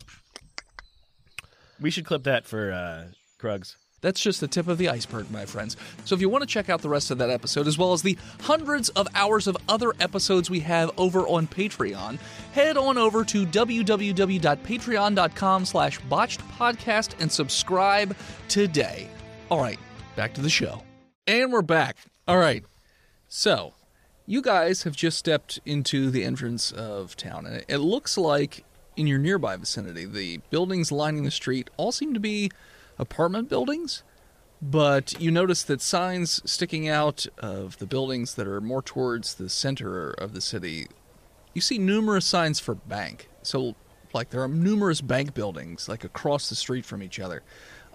I: we should clip that for uh, Krugs.
C: That's just the tip of the iceberg, my friends. So if you want to check out the rest of that episode, as well as the hundreds of hours of other episodes we have over on Patreon, head on over to www.patreon.com slash botched podcast and subscribe today. All right, back to the show. And we're back. All right. So you guys have just stepped into the entrance of town, and it- it looks like in your nearby vicinity, the buildings lining the street all seem to be apartment buildings. But you notice that signs sticking out of the buildings that are more towards the center of the city, you see numerous signs for bank. So, like, there are numerous bank buildings, like, across the street from each other.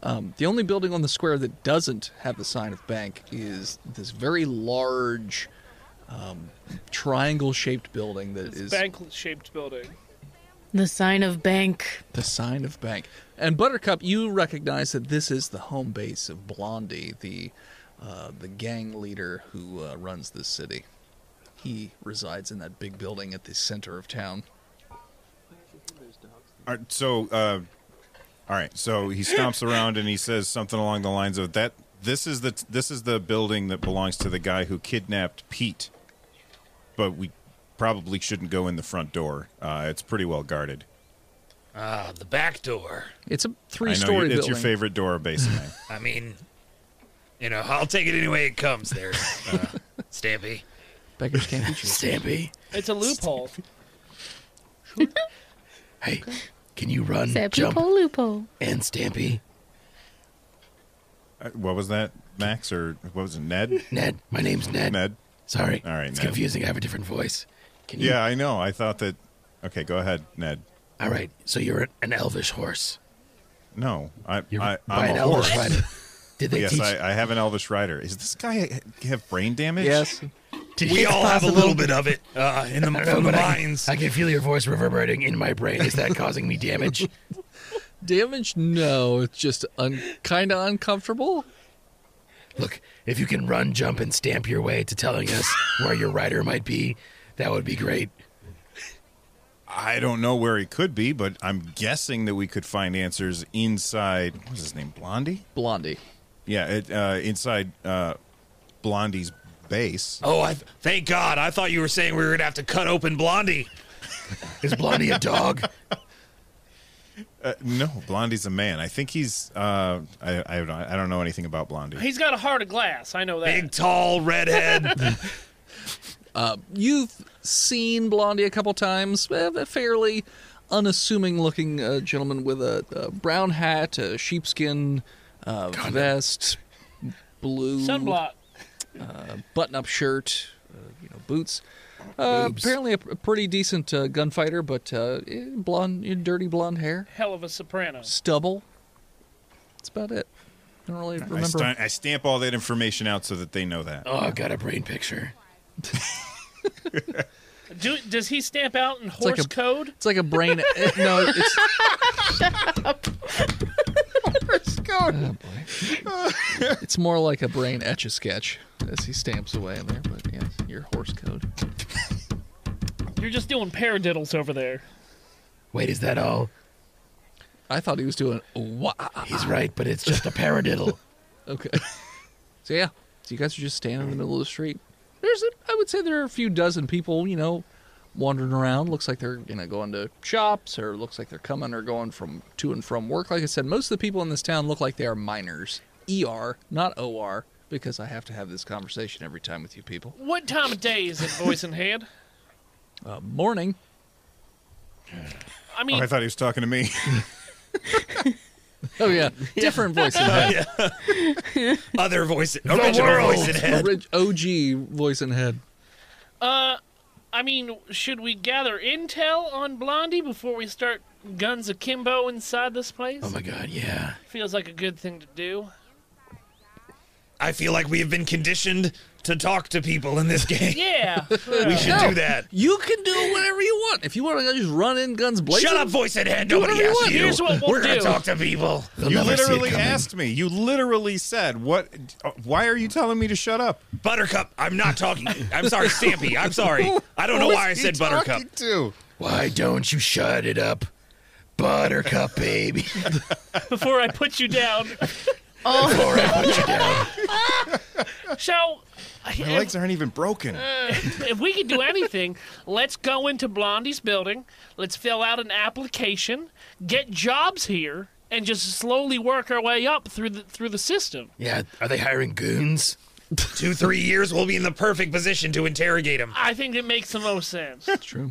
C: Um, the only building on the square that doesn't have the sign of bank is this very large um, triangle shaped building that is
D: Bank shaped building.
F: The sign of bank.
C: the sign of bank. And Buttercup, you recognize that this is the home base of Blondie, the uh, the gang leader who uh, runs this city. He resides in that big building at the center of town.
G: All right, so, uh, all right. So he stomps around and he says something along the lines of that. This is the this is the building that belongs to the guy who kidnapped Pete. But we probably shouldn't go in the front door. Uh, it's pretty well guarded.
E: Ah, the back door.
C: It's a
G: I know
C: three-story
G: you- it's
C: building.
G: your favorite door, basically.
E: I mean, you know, I'll take it any way it comes there, uh, Stampy.
C: Beggars can't be choosers.
H: Stampy,
D: It's a loophole.
H: hey, can you run,
F: Seppo
H: jump,
F: Polupo.
H: and Stampy?
G: Uh, what was that, Max, or what was it, Ned?
H: Ned, my name's Ned.
G: Ned.
H: Sorry.
G: All right,
H: It's
G: Ned.
H: confusing. I have a different voice. Can you?
G: Yeah, I know. I thought that. Okay, go ahead, Ned.
H: All right. So you're an elvish horse.
G: No, I,
H: You're
G: I,
H: by
G: I'm
H: an
G: a horse.
H: elvish rider. Did they
G: Yes,
H: teach?
G: I, I have an elvish rider. Is this guy uh, have brain damage?
C: Yes.
H: did
E: We
H: it's
E: all have a
H: possible-
E: little bit of it uh, in the,
H: I don't know,
E: from the
H: but I can-
E: mines.
H: I, can feel your voice reverberating in my brain. Is that causing me damage?
C: Damage? No, it's just un- kind of uncomfortable.
H: Look, if you can run, jump, and stamp your way to telling us where your rider might be, that would be great.
G: I don't know where he could be, but I'm guessing that we could find answers inside. What's his name? Blondie?
C: Blondie.
G: Yeah, it, uh, inside uh, Blondie's base.
E: Oh, I thank God! I thought you were saying we were gonna have to cut open Blondie.
H: Is Blondie a dog?
G: Uh, no, Blondie's a man. I think he's. Uh, I, I don't. I don't know anything about Blondie.
D: He's got a heart of glass. I know that.
E: Big, tall, redhead.
C: You've seen Blondie a couple times. eh, A fairly unassuming looking uh, gentleman with a, a brown hat, a sheepskin uh, vest, blue
D: Sunblock.
C: button up shirt, uh, you know, boots. Uh, apparently a, a pretty decent uh, gunfighter, but uh, eh, blonde, eh, dirty blonde hair,
D: Hell of a soprano.
C: stubble. That's about it. I don't really
G: I,
C: remember.
G: sta- I stamp all that information out so that they know that.
H: Oh, I got a brain picture.
D: Do, does he stamp out in
C: like
D: horse
C: a-
D: code?
C: It's like a brain. eh, no, it's it's more like a brain etch a sketch as he stamps away in there. But yes, your horse code.
D: You're just doing paradiddles over there.
H: Wait, is that all?
C: I thought he was doing wah.
H: He's right, but it's just a paradiddle.
C: Okay. so yeah, so you guys are just standing in the middle of the street. There's, a, I would say, there are a few dozen people, you know, wandering around. Looks like they're, you know, going to shops, or looks like they're coming or going from to and from work. Like I said, most of the people in this town look like they are minors, er, not or, because I have to have this conversation every time with you people.
D: What time of day is it, voice in hand?
C: Uh, morning.
D: I
G: Oh,
D: mean,
G: I thought he was talking to me.
C: Oh yeah, different voice in head.
E: Other voice, original voice in head.
C: Orig- OG voice in head.
D: I mean, should we gather intel on Blondie before we start guns akimbo inside this place?
H: Oh my god, yeah.
D: Feels like a good thing to do.
E: I feel like we have been conditioned to talk to people in this game.
D: Yeah.
E: We should
C: No.
E: do that.
C: You can do whatever you want. If you want to just run in guns blazing,
E: Shut up, voice in head.
C: Do
E: Nobody
C: whatever you
E: asked
C: want.
E: you.
D: Here's what we'll
E: We're gonna
D: do.
E: talk to people.
H: They'll
G: You
H: never see it
G: literally
H: coming.
G: asked me. You literally said, "What? uh, Why are you telling me to shut up?"
E: Buttercup, I'm not talking. I'm sorry, Stampy. I'm sorry. I don't know why I said Buttercup.
G: Too.
H: Why don't you shut it up, Buttercup baby?
D: Before I put you down.
F: Oh,
D: So,
G: My legs aren't even broken.
D: if we could do anything, let's go into Blondie's building, let's fill out an application, get jobs here, and just slowly work our way up through the through the system.
H: Yeah, are they hiring goons?
E: Two, three years, we'll be in the perfect position to interrogate him.
D: I think it makes the most sense.
C: True.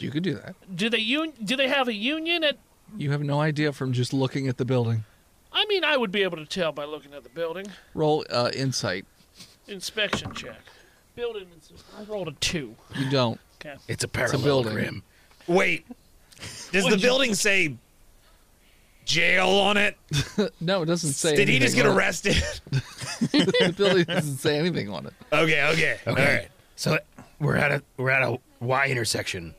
C: You could do that.
D: Do they un- do they have a union at
C: You have no idea from just looking at the building.
D: I mean, I would be able to tell by looking at the building.
C: Roll uh, insight.
D: Inspection check. Building ins- I rolled a 2.
C: You don't.
D: Okay.
H: It's a parallelogram.
C: building.
E: Wait, does the building say jail on it?
C: No, it doesn't say.
E: Did he
C: anything
E: just get
C: on it.
E: arrested?
C: The building doesn't say anything on it.
E: okay, okay, all right.
H: So we're at a we're at a Y intersection.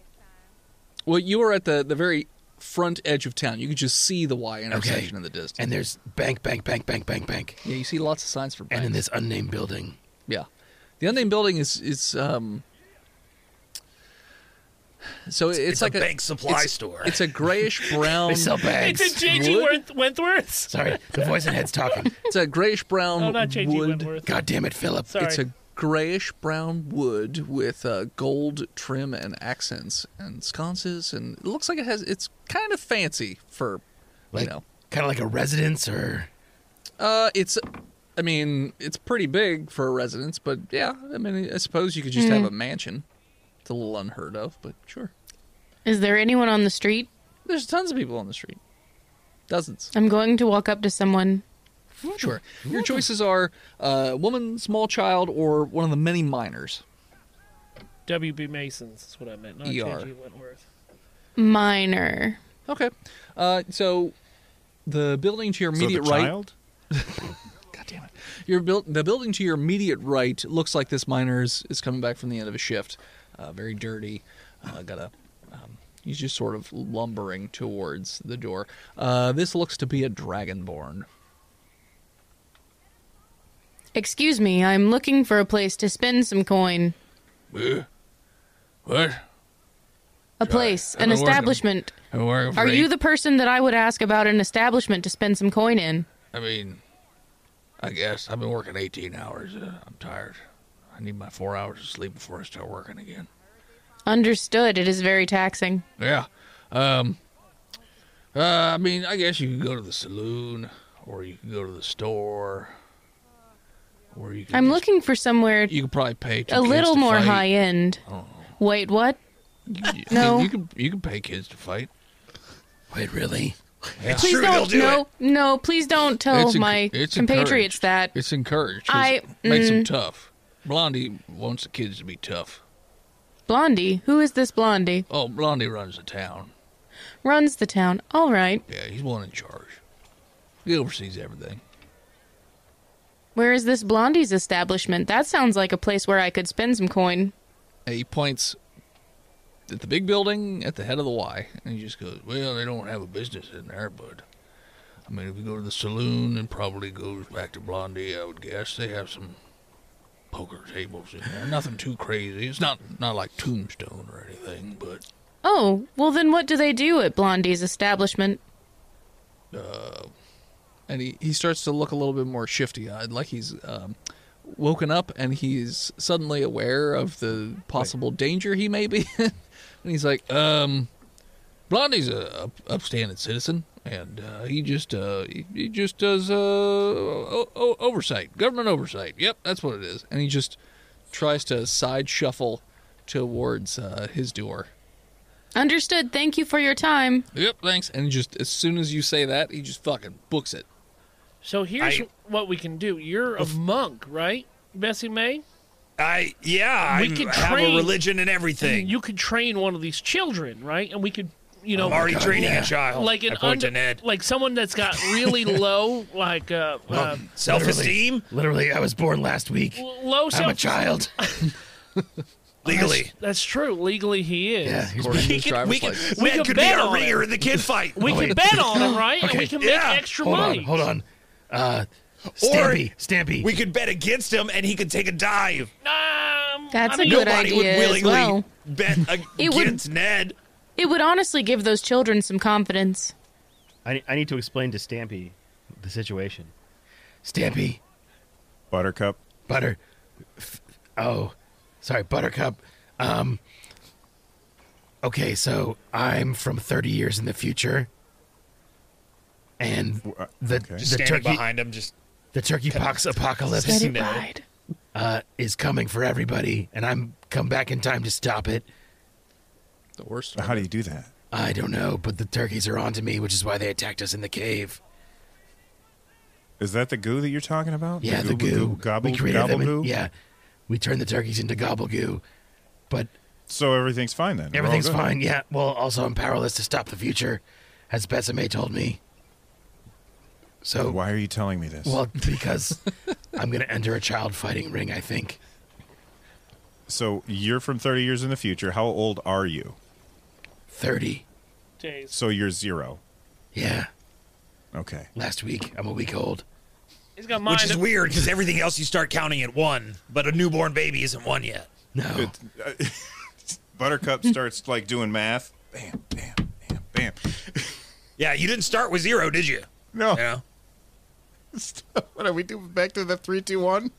C: Well, you were at the the very front edge of town. You could just see the Y intersection in the distance.
H: And there's bank, bank, bank, bank, bank, bank.
C: yeah, you see lots of signs for
H: And in
C: banks.
H: this unnamed building.
C: Yeah, the unnamed building is is um. So it's,
E: it's
C: like
E: a bank supply
C: it's-
E: store.
C: It's a grayish brown.
H: They sell bags.
D: It's a J.G.
C: Wood?
D: Wenth- Wentworth's.
H: Sorry, the voice in head's talking.
C: It's a grayish brown
D: No, Oh, not J.G.
C: wood.
D: Wentworth.
H: God damn it, Philip.
D: Sorry.
C: It's a grayish brown wood with uh, gold trim and accents and sconces, and it looks like it has. It's kind of fancy for,
H: Like,
C: you know.
H: Kind of like a residence or
C: Uh, it's, I mean, it's pretty big for a residence, but yeah, I mean, I suppose you could just have a mansion. It's a little unheard of, but sure.
F: is there anyone on the street?
C: There's tons of people on the street, dozens.
F: I'm going to walk up to someone.
C: Sure. Your choices are uh, woman, small child, or one of the many minors.
D: W.B. Mason's is what I meant, not
C: ER.
D: J.G. Wentworth.
F: Minor.
C: Okay. Uh, so the building to your
G: So the
C: immediate right.
G: child?
C: God damn it. Your build, the building to your immediate right looks like this miner is, is coming back from the end of a shift. Uh, very dirty. Uh, got a. Um, he's just sort of lumbering towards the door. Uh, this looks to be a dragonborn.
F: Excuse me, I'm looking for a place to spend some coin.
H: what?
F: A place,
H: I'm
F: an
H: not working.
F: establishment.
H: I'm working for
F: Are you
H: eight-
F: the person that I would ask about an establishment to spend some coin in?
H: I mean, I guess I've been working 18 hours. Uh, I'm tired. I need my four hours of sleep before I start working again.
F: Understood. It is very taxing.
H: Yeah. Um. Uh, I mean, I guess you could go to the saloon, or you could go to the store, or you. Could
F: I'm
H: just-
F: looking for somewhere
H: You could probably pay two
F: a
H: kids
F: little
H: to
F: more
H: fight.
F: high end. Wait, what?
H: You-
F: No.
H: You could you could pay kids to fight. Wait, really?
E: It's
F: Please
E: true,
F: don't.
E: they'll do
F: no,
E: it.
F: no. Please don't tell
H: It's enc-
F: Oh, my
H: it's
F: compatriots
H: encouraged.
F: that.
H: It's encouraged.
F: I- mm.
H: It makes them tough. Blondie wants the kids to be tough.
F: Blondie, who is this Blondie?
H: Oh, Blondie runs the town.
F: Runs the town. All right.
H: Yeah, he's one in charge. He oversees everything.
F: Where is this Blondie's establishment? That sounds like a place where I could spend some coin.
C: He points at the big building at the head of the Y,
H: And he just goes, Well, they don't have a business in there, but I mean, if you go to the saloon and probably goes back to Blondie, I would guess they have some poker tables in there. Nothing too crazy. It's not not like Tombstone or anything, but
F: Oh, well then what do they do at Blondie's establishment?
C: and he, he starts to look a little bit more shifty eyed, like he's um, woken up and he's suddenly aware of the possible danger he may be in. and he's like, um,
H: Blondie's a up- upstanding citizen, and uh, he just uh, he, he just does uh, o- o- oversight, government oversight. Yep, that's what it is.
C: and he just tries to side shuffle towards uh, his door.
F: Understood. Thank you for your time.
C: Yep, thanks. And just as soon as you say that, he just fucking books it.
D: So here's
E: I-
D: what we can do. You're a monk, right, Bessie May?
E: I yeah,
D: We
E: I
D: could
E: have
D: train-
E: a religion and everything.
D: You could train one of these children, right? And we could, you know,
E: I'm already training
H: yeah.
E: a child.
D: like an
E: I point
D: under,
E: to Ned.
D: like someone that's got really low, like uh, uh,
E: Self-esteem
H: Literally, I was born last week.
D: low
H: I'm a
D: self.
H: child.
E: legally.
D: That's true. Legally, he is.
H: Yeah, he's
C: According to
E: We
C: his
E: could,
C: driver's
E: we could,
C: license.
D: We
E: Ned
D: could
E: could be
D: bet
E: our
D: on it.
E: rigger in the kid fight.
D: We can
H: Oh, wait.
D: bet on him, right? and we
H: Okay,
D: can
E: yeah.
D: make extra
H: hold
D: money.
H: on, hold on. Uh, Stampy, Stampy.
E: We could bet against him, and he could take a dive.
D: Um,
F: That's
D: I mean,
F: a good
E: Nobody would
F: idea as
E: willingly
F: well.
E: bet
F: It would-
E: against Ned.
F: It would honestly give those children some confidence.
J: I, I need to explain to Stampy the situation.
H: Stampy,
G: Buttercup.
H: Butter. f- Oh, sorry, Buttercup. Um. Okay, so I'm from 30 years in the future, and
G: W- uh,
H: the
G: okay.
H: the
E: Standing
H: turkey
E: behind him, just
H: the turkey pox apocalypse
F: Let it
E: No.
F: ride.
H: uh, is coming for everybody, and I'm come back in time to stop it.
C: The worst.
G: How do you do that?
H: I don't know, but the turkeys are onto me, which is why they attacked us in the cave.
G: Is that the goo that you're talking about?
H: Yeah, the
G: goo-
H: goo.
G: goo- Gobble,
H: we created
G: gobble
H: them. in-
G: goo?
H: yeah, we turned the turkeys into gobble goo, but
G: So everything's fine then. We're all
H: everything's
G: good.
H: fine. Yeah. Well, also I'm powerless to stop the future, as Besame told me. So
G: Why are you telling me this?
H: well, because I'm gonna enter a child fighting ring. I think
G: so you're from 30 years in the future. How old are you?
H: thirty.
D: Days.
G: So you're zero.
H: Yeah,
G: Okay.
H: last week I'm a week old.
D: He's got mind.
E: which is weird because everything else you start counting at one, but a newborn baby isn't one yet.
H: No,
G: It- uh, Buttercup starts like doing math. Bam, bam, bam, bam.
E: Yeah, you didn't start with zero, did you?
G: No.
E: You know,
G: What are we doing? Back to the three, two, one.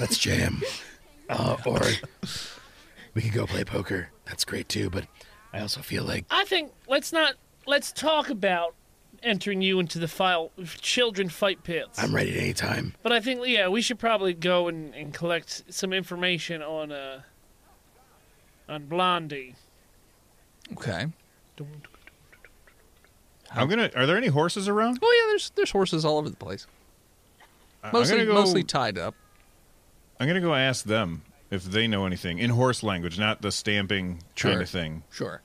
H: Let's jam. Uh, or we could go play poker. That's great too, but I also feel like
D: I think let's not let's talk about entering you into the file children fight pits.
H: I'm ready at any time.
D: But I think yeah, we should probably go and, and collect some information on uh on Blondie.
C: Okay.
G: I'm gonna. Are there any horses around?
C: Well, yeah, there's there's horses all over the place.
G: I- I'm
C: Mostly
G: gonna go,
C: mostly tied up.
G: I'm gonna go ask them if they know anything in horse language, not the stamping kind
C: Sure.
G: of thing.
C: Sure.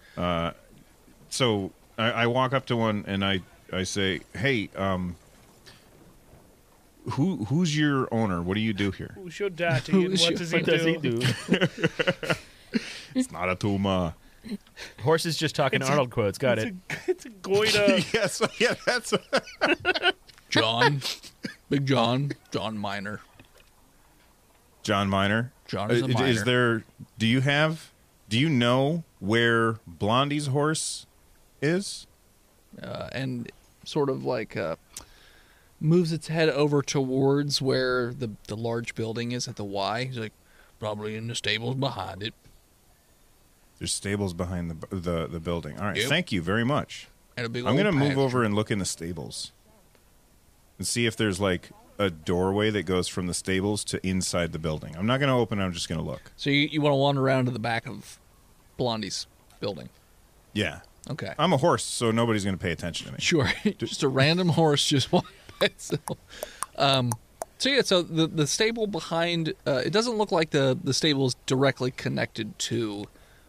G: So I, I walk up to one and I I say, "Hey, um, who who's your owner? What do you do here?"
D: Who's your daddy and
C: Who's
D: what
C: your-
D: does he
J: What does
D: do?
J: he do?
G: It's not a Tuma.
J: Horses just talking Arnold quotes. Got it.
D: It's a goiter.
G: yes, yeah, that's.
C: John, Big John, John Minor.
G: John Miner.
C: John is a
G: Uh, d-
C: miner.
G: there? Do you have? Do you know where Blondie's horse is?
C: uh, and sort of like uh, moves its head over towards where the the large building is at the Y. He's like, probably in the stables behind it.
G: There's stables behind the bu- the, the building. All right.
C: Yep.
G: Thank you very much.
C: And a big
G: I'm
C: old
G: gonna move
C: pasture.
G: over and look in the stables, and see if there's like a doorway that goes from the stables to inside the building. I'm not gonna open. it, I'm just gonna look.
C: So you, you want to wander around to the back of Blondie's building.
G: Yeah.
C: Okay.
G: I'm a horse, so nobody's gonna pay attention to me.
C: Sure. just a random horse just walked past. So, um, so yeah, so the the stable behind uh, it doesn't look like the the stable is directly connected to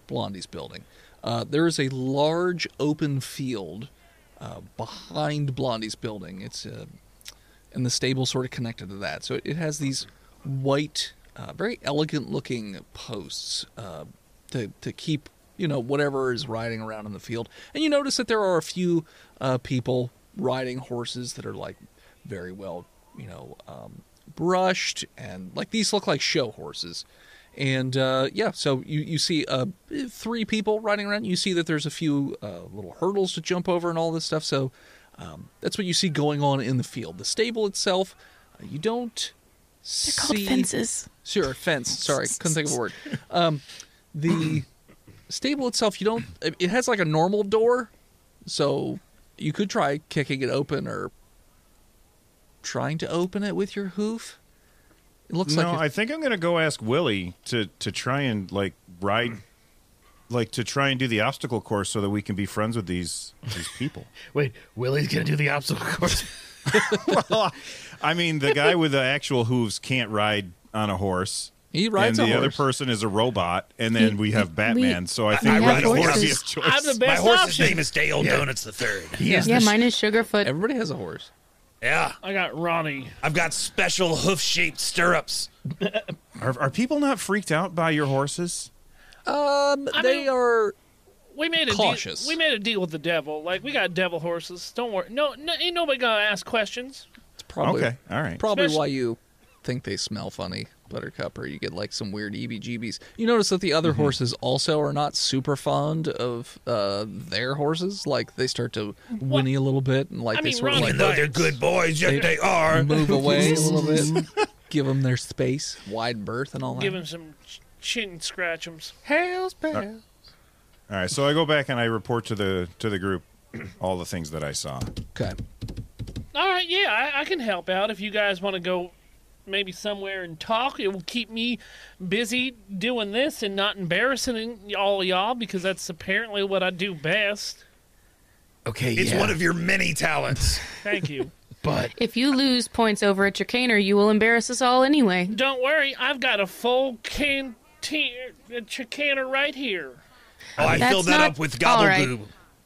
C: Blondie's building. Uh, there is a large open field uh, behind Blondie's building. It's uh, and the stable sort of connected to that. So it, it has these white, uh, very elegant looking posts uh, to, to keep, you know, whatever is riding around in the field. And you notice that there are a few uh, people riding horses that are like very well, you know, um, brushed. And like these look like show horses. And uh, yeah, so you, you see uh, three people riding around. You see that there's a few uh, little hurdles to jump over and all this stuff. So um, that's what you see going on in the field. The stable itself, uh, you don't see.
F: They're called fences.
C: Sure, fence. Sorry, couldn't think of a word. Um, the stable itself, you don't. it- It has like a normal door, so you could try kicking it open or trying to open it with your hoof. It looks
G: no,
C: like.
G: I think I'm gonna go ask Willie to to try and like ride, like to try and do the obstacle course so that we can be friends with these these people.
H: Wait, Willie's gonna do the obstacle course.
G: well, I mean, the guy with the actual hooves can't ride on a horse.
C: He rides
G: and
C: a
G: the other
C: horse.
G: person is a robot, and then we have Batman. so I think
E: I
G: we're
E: ride
G: the
E: horses.
G: obvious choice.
D: I'm the
E: my
D: best
E: horse's
D: option.
E: name is Dale Donuts the Third.
H: He is
F: Yeah,
H: the
F: mine is Sugarfoot.
C: everybody has a horse.
E: Yeah,
D: I got Ronnie.
E: I've got special hoof-shaped stirrups.
G: Are, are people not freaked out by your horses?
C: Um,
D: I
C: they
D: mean-
C: are.
D: We made a
C: Cautious.
D: Deal, we made a deal with the devil. Like we got devil horses. Don't worry. No, no ain't nobody gonna ask questions.
C: It's probably
G: okay, all right.
C: probably
D: Especially-
C: why you think they smell funny, Buttercup, or you get like some weird EBGBs. You notice that the other horses also are not super fond of uh, their horses. Like they start to whinny a little bit, and like
E: I
C: they
E: mean,
C: sort
E: Ronnie
C: of like
E: Even though they're good boys, yes, they are.
C: Move away a little bit, give them their space, wide berth, and all that.
D: Give him some ch- chin scratchums.
C: Hell's
H: Uh,
G: All right, so I go back and I report to the to the group all the things that I saw.
C: Okay.
D: All right, yeah, I, I can help out if you guys want to go maybe somewhere and talk. It will keep me busy doing this and not embarrassing all y'all because that's apparently what I do best.
H: Okay,
E: It's
H: yeah.
E: one of your many talents.
D: Thank you.
H: But
F: If you lose points over at your caner, you will embarrass us all anyway.
D: Don't worry, I've got a full canteen, a chicaner right here.
E: Oh, I
F: That's
E: filled that
F: not-
E: up with
F: all
E: gobble
F: right.
E: goo.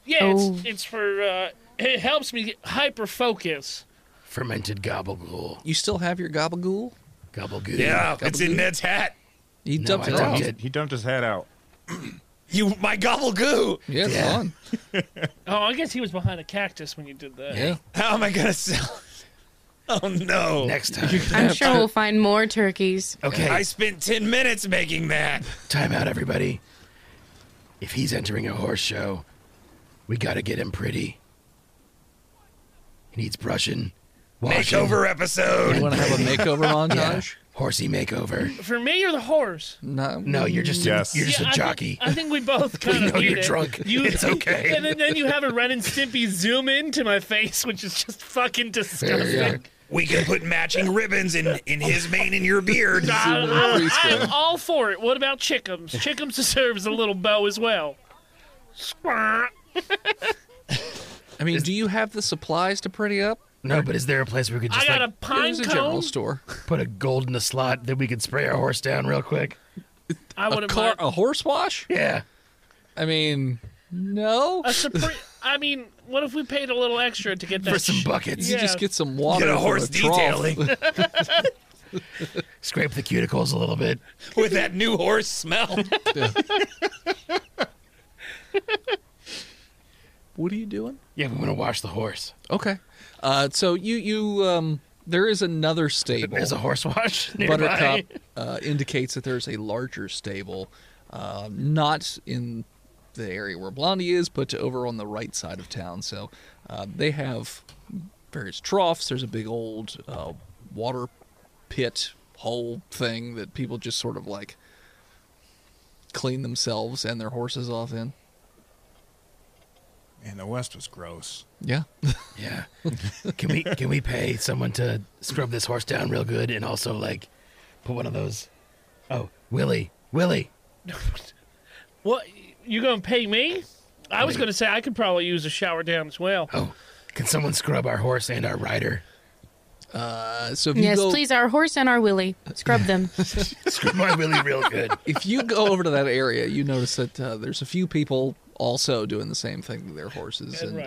D: Yeah,
F: Oh.
D: it's, it's for, uh, it helps me hyper focus.
H: fermented gobblegool,
C: You still have your gobbledygook?
H: gobblegoo.
E: Yeah, it's in
C: Gobble-goo.
E: Ned's hat.
C: You
H: No,
C: dumped
H: I
C: it
H: dumped
C: out.
H: it.
G: He dumped his hat out.
E: You, my gobble goo.
C: Yeah, it's
H: Yeah.
C: gone.
D: Oh, I guess he was behind a cactus when you did that.
C: Yeah.
E: How am I gonna sell? Oh no!
H: Next time.
F: I'm sure we'll find more turkeys.
H: Okay,
E: I spent ten minutes making that.
H: time out, everybody. If he's entering a horse show, we gotta get him pretty. He needs brushing, washing,
E: Makeover episode.
C: You want to have a makeover montage?
H: horsey makeover.
D: For me, you're the horse.
C: No.
H: No, you're just
G: Yes.
H: a, you're just
D: Yeah,
H: a
D: I
H: jockey.
D: Think, I think we both kind of
H: know
D: need
H: you're
D: it.
H: drunk.
D: You,
H: It's okay.
D: And then, then you have a Ren and Stimpy zoom into my face, which is just fucking disgusting.
H: Yeah.
E: We can put matching ribbons in in his mane and your beard.
D: I, I, I'm all for it. What about Chickums? Chickums deserves a little bow as well. Squawk.
C: I mean, do you have the supplies to pretty up?
H: No, but is there a place where we could
D: I
H: just
D: got
H: like
D: a pine
C: There's a general
D: cone.
C: store.
H: put a gold in the slot that we could spray our horse down real quick?
D: I
C: A
D: wouldn't
C: car,
D: mind.
C: a horse wash?
H: Yeah.
C: I mean, no.
D: A Supreme. I mean, what if we paid a little extra to get that?
H: For some
D: sh-
H: buckets.
C: You
D: Yeah.
C: just get some water.
E: Get a
C: from
E: horse
C: trough.
E: detailing
H: Scrape the cuticles a little bit.
E: with that new horse smell.
C: What are you doing?
H: Yeah, we want to wash the horse.
C: Okay. Uh, so you you um, there is another stable.
H: There's a horse wash. Nearby.
C: Buttercup uh, indicates that there's a larger stable, uh, not in the area where Blondie is, but over on the right side of town. So uh, they have various troughs. There's a big old uh, water pit hole thing that people just sort of like clean themselves and their horses off in.
G: And the West was gross.
C: Yeah.
H: Yeah. Can we can we pay someone to scrub this horse down real good and also like put one of those? Oh, Willie, Willie.
D: what? You gonna pay me? I was
H: mean-
D: gonna say I could probably use a shower down as well.
H: Oh, can someone scrub our horse and our rider?
C: Uh, so if you
F: Yes,
C: go,
F: please, our horse and our Willie. Scrub them.
H: Scrub my Willie real good.
C: if you go over to that area, you notice that uh, there's a few people also doing the same thing to their horses.
D: Ed
C: and-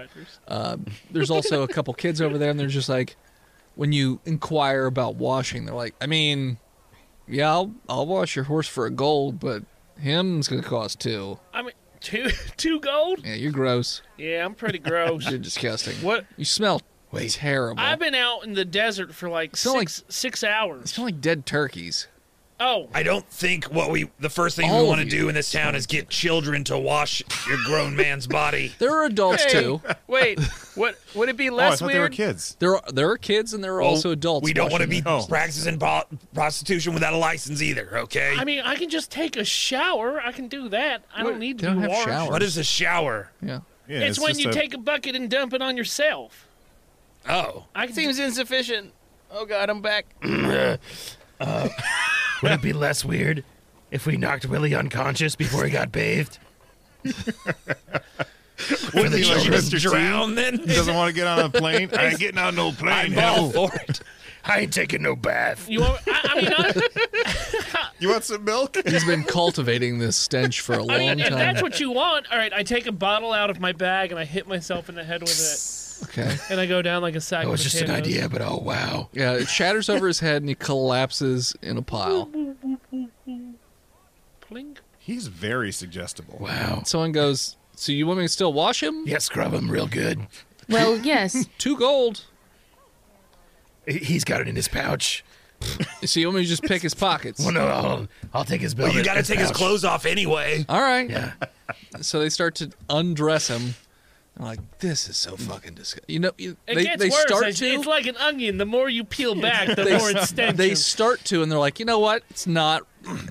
D: Rogers.
C: there's also a couple kids over there, and they're just like, when you inquire about washing, they're like, I mean, yeah, I'll, I'll wash your horse for a gold, but him's gonna cost two.
D: I mean, two two gold.
C: Yeah, you're gross.
D: Yeah, I'm pretty gross.
C: You're disgusting.
D: what?
C: You smell
H: Wait.
C: terrible.
D: I've been out in the desert for like
C: Smell like-
D: six six
C: you
D: hours.
C: smell like dead turkeys.
D: Oh,
E: I don't think what we the first thing
C: All
E: we want to
C: of
E: do in this town is get children to wash your grown man's body.
C: There are adults
B: Hey,
C: too.
B: Wait, what? Would it be
G: Oh, I
B: less
G: thought they were
B: weird?
G: kids.
C: There are there are kids, and there are also adults.
E: We don't want to
C: washing
E: be
C: their horses.
E: practicing po- prostitution without a license either. Okay.
D: I mean, I can just take a shower. I can do that. I
C: Wait,
D: don't need
C: they
D: to
C: don't
D: be
C: have
D: washed.
C: showers.
E: what is a shower?
C: Yeah.
G: Yeah,
D: It's, when
G: just
D: you
G: a-
D: take a bucket and dump it on yourself.
E: Oh,
D: I can
B: Seems insufficient. Oh god, I'm back.
H: Uh, Would it be less weird if we knocked Willie unconscious before he got bathed?
E: wouldn't the
G: be like
E: children
G: Mr. T.
E: drown then?
G: He doesn't want to get on a plane. I ain't getting on no plane.
E: I'm
G: hell.
E: all for it.
H: I ain't taking no bath.
D: You want, I, I mean, I,
G: You want some milk?
C: He's been cultivating this stench for a long
D: I mean, if
C: time.
D: that's what you want, all right. I take a bottle out of my bag and I hit myself in the head with it,
C: okay.
D: and I go down like a sack.
H: That
D: of
H: was just an
D: potatoes.
H: idea, but oh wow.
C: Yeah, it shatters over his head, and he collapses in a pile.
D: Plink.
G: He's very suggestible.
H: Wow.
C: Someone goes, "So you want me to still wash him?
H: Yeah, scrub him real good.
F: well, yes.
C: Two gold."
H: He- He's got it in his pouch.
C: So you want me to just pick his pockets?
H: Well, no, I'll, I'll take his belt.
E: Well, you got to take his clothes off anyway.
C: All right.
H: Yeah.
C: So they start to undress him. I'm like, this is
E: Mm.
C: so fucking disgusting. You know, you-
D: It
C: they,
D: gets
C: they
D: worse.
C: start
D: It's-
C: to.
D: It's like an onion. The more you peel back, the more it stenches.
C: they start to, and they're like, you know what? It's not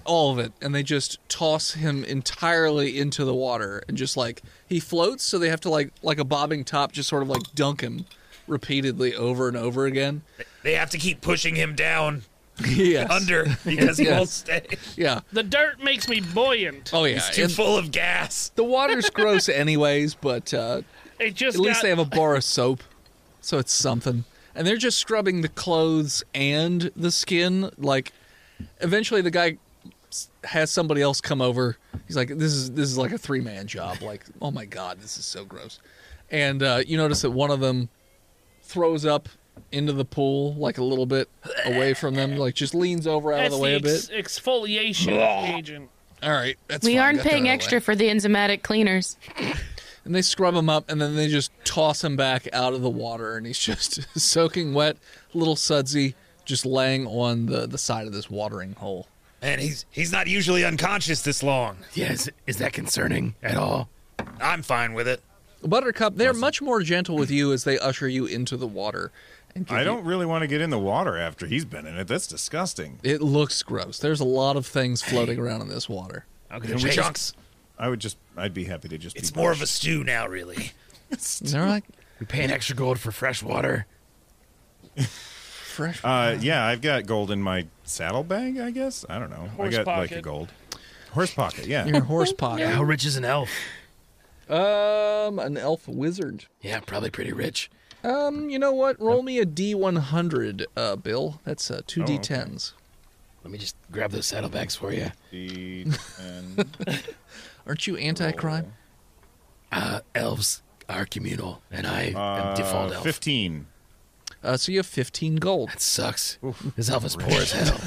C: all of it. And they just toss him entirely into the water, and just like he floats, so they have to like like a bobbing top, just sort of like dunk him repeatedly over and over again.
E: They have to keep pushing him down
C: Yes.
E: under because he
C: Yes.
E: won't stay.
C: Yeah.
D: the dirt makes me buoyant.
C: Oh yeah.
E: He's too
C: And
E: full of gas.
C: the water's gross, anyways, but uh,
D: It just
C: at least
D: got-
C: they have a bar of soap, so it's something. And they're just scrubbing the clothes and the skin. Like, eventually, the guy s- has somebody else come over. He's like, "This is this is like a three man job. Like, oh my god, this is so gross." And uh, you notice that one of them throws up into the pool, like a little bit away from them. Like, just leans over out
D: That's
C: of the way a
D: the
C: bit.
D: ex- exfoliation agent.
C: All right, that's
F: we
C: fine,
F: aren't
C: got that
F: paying
C: out of the
F: extra
C: way.
F: for the enzymatic cleaners.
C: And they scrub him up and then they just toss him back out of the water and he's just soaking wet, little sudsy, just laying on the, the side of this watering hole.
E: And he's he's not usually unconscious this long.
H: Yes, is that concerning at all?
E: I'm fine with it.
C: Buttercup, they're much more gentle with you as they usher you into the water. And give
G: I
C: you-
G: don't really want to get in the water after he's been in it. That's disgusting.
C: it looks gross. There's a lot of things floating around in this water.
E: Okay,
G: we just-
E: chunks.
G: I would just, I'd be happy to just.
E: It's
G: be
E: more of a stew now, really.
C: And they're like
H: We pay an extra gold for fresh water.
C: fresh.
G: Uh, yeah, I've got gold in my saddlebag. I guess I don't know.
D: Horse
G: I got like a
D: pocket.
G: gold horse pocket.
C: Your
G: Yeah,
C: horse pocket.
H: How rich is an elf?
C: Um, an elf wizard.
H: Yeah, probably pretty rich.
C: Um, you know what? Roll me a D100, uh, Bill. That's uh, two
G: Oh, okay.
C: D10s.
H: Let me just grab those saddlebags for you.
G: The- and
C: Aren't you anti crime?
H: Uh, elves are communal, and I
G: uh,
H: am default elf.
G: fifteen. Oh.
C: Uh, so you have 15 gold.
H: That sucks. This elf is poor as hell.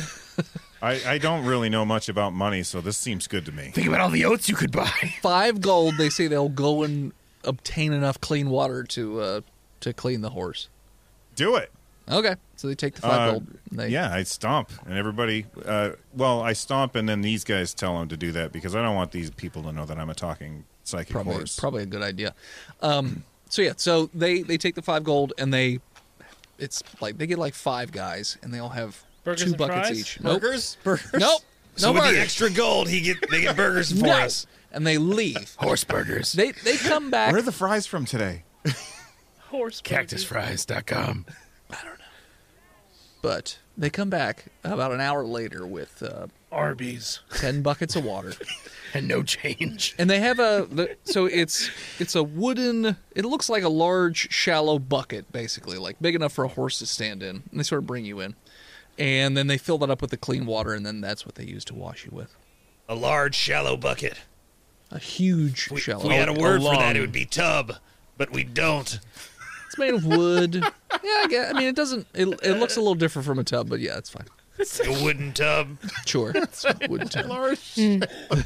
G: I, I don't really know much about money, so this seems good to me.
H: Think about all the oats you could buy.
C: five gold, they say they'll go and obtain enough clean water to uh, to clean the horse.
G: Do it.
C: Okay, so they take the five
G: Uh,
C: gold. And they,
G: Yeah, I stomp, and everybody. Uh, well, I stomp, and then these guys tell him to do that because I don't want these people to know that I'm a talking psychic
C: probably
G: horse.
C: probably a good idea. Um, so yeah, so they they take the five gold and they it's like they get like five guys and they all have
D: Burgers
C: two
D: and
C: buckets
D: fries?
C: each. Nope.
E: Burgers?
C: Nope.
E: So
C: no
E: with the
C: burgers.
E: extra gold, he get they get burgers for
C: No.
E: us.
C: And they leave.
H: Horse burgers.
C: They they come back.
G: Where are the fries from today?
D: Horse burgers.
H: Cactusfries.com.
C: But they come back about an hour later with uh,
D: Arby's.
C: ten buckets of water.
H: And no change.
C: and they have a the- so it's it's a wooden it looks like a large shallow bucket basically like big enough for a horse to stand in and they sort of bring you in and then they fill that up with the clean water and then that's what they use to wash you with
E: A large shallow bucket.
C: a huge
E: We,
C: shallow
E: if we had a word for that,
J: long-
E: it would be tub, but we don't.
C: it's made of wood yeah I, guess, I mean it doesn't it, it looks a little different from a tub but yeah it's fine
E: It's a wooden tub.
C: sure it's a wooden tub.
J: Oh,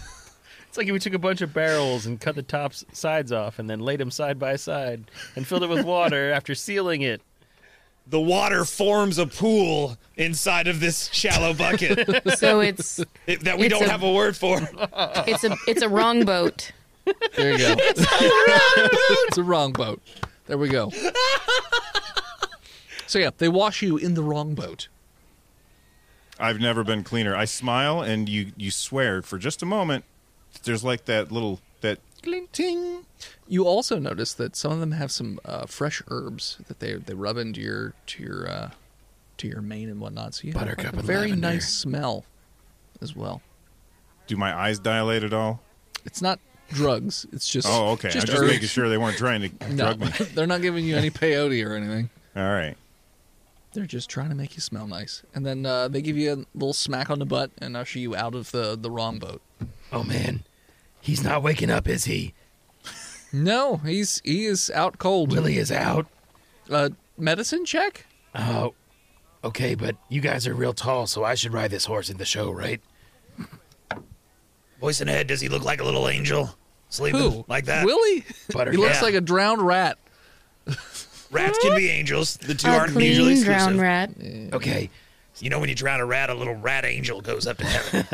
J: It's like if we took a bunch of barrels and cut the top s- sides off and then laid them side by side and filled it with water after sealing it.
E: The water forms a pool inside of this shallow bucket
F: So it's
E: it- that we
F: It's
E: don't
F: a-
E: have a word for.
F: it's a it's a wrong boat.
C: there you go it's a wrong boat it's a wrong boat there we go so yeah they wash you in the wrong boat
G: I've never been cleaner. I smile, and you you swear for just a moment. There's like that little that ting.
C: You also notice that some of them have some uh, fresh herbs that they they rub into your to your uh, to your mane and whatnot. So you have
H: Buttercup
C: like, a
H: and
C: very
H: lavender.
C: nice smell as well.
G: Do my eyes dilate at all?
C: It's not drugs. It's just
G: Oh, okay. I'm
C: Just
G: just
C: herbs.
G: making sure they weren't trying to
C: No,
G: drug me.
C: they're not giving you any peyote or anything.
G: All right.
C: They're just trying to make you smell nice, and then uh, they give you a little smack on the butt and usher you out of the the wrong boat.
H: Oh, man. He's not waking up, is he?
C: No, he's he is out cold.
H: Willie is out.
C: Uh, medicine check.
H: Oh, okay, but you guys are real tall, so I should ride this horse in the show, right?
E: Boyson Head, does he look like a little angel? Sleeping
C: Who
E: like that?
C: Willie?
H: Buttercup.
C: He looks
E: Yeah.
C: like a drowned rat.
E: Rats can be angels. The two
F: A
E: aren't usually
F: clean
E: exclusive.
F: drown rat.
H: Okay,
E: You know, when you drown a rat, a little rat angel goes up to heaven.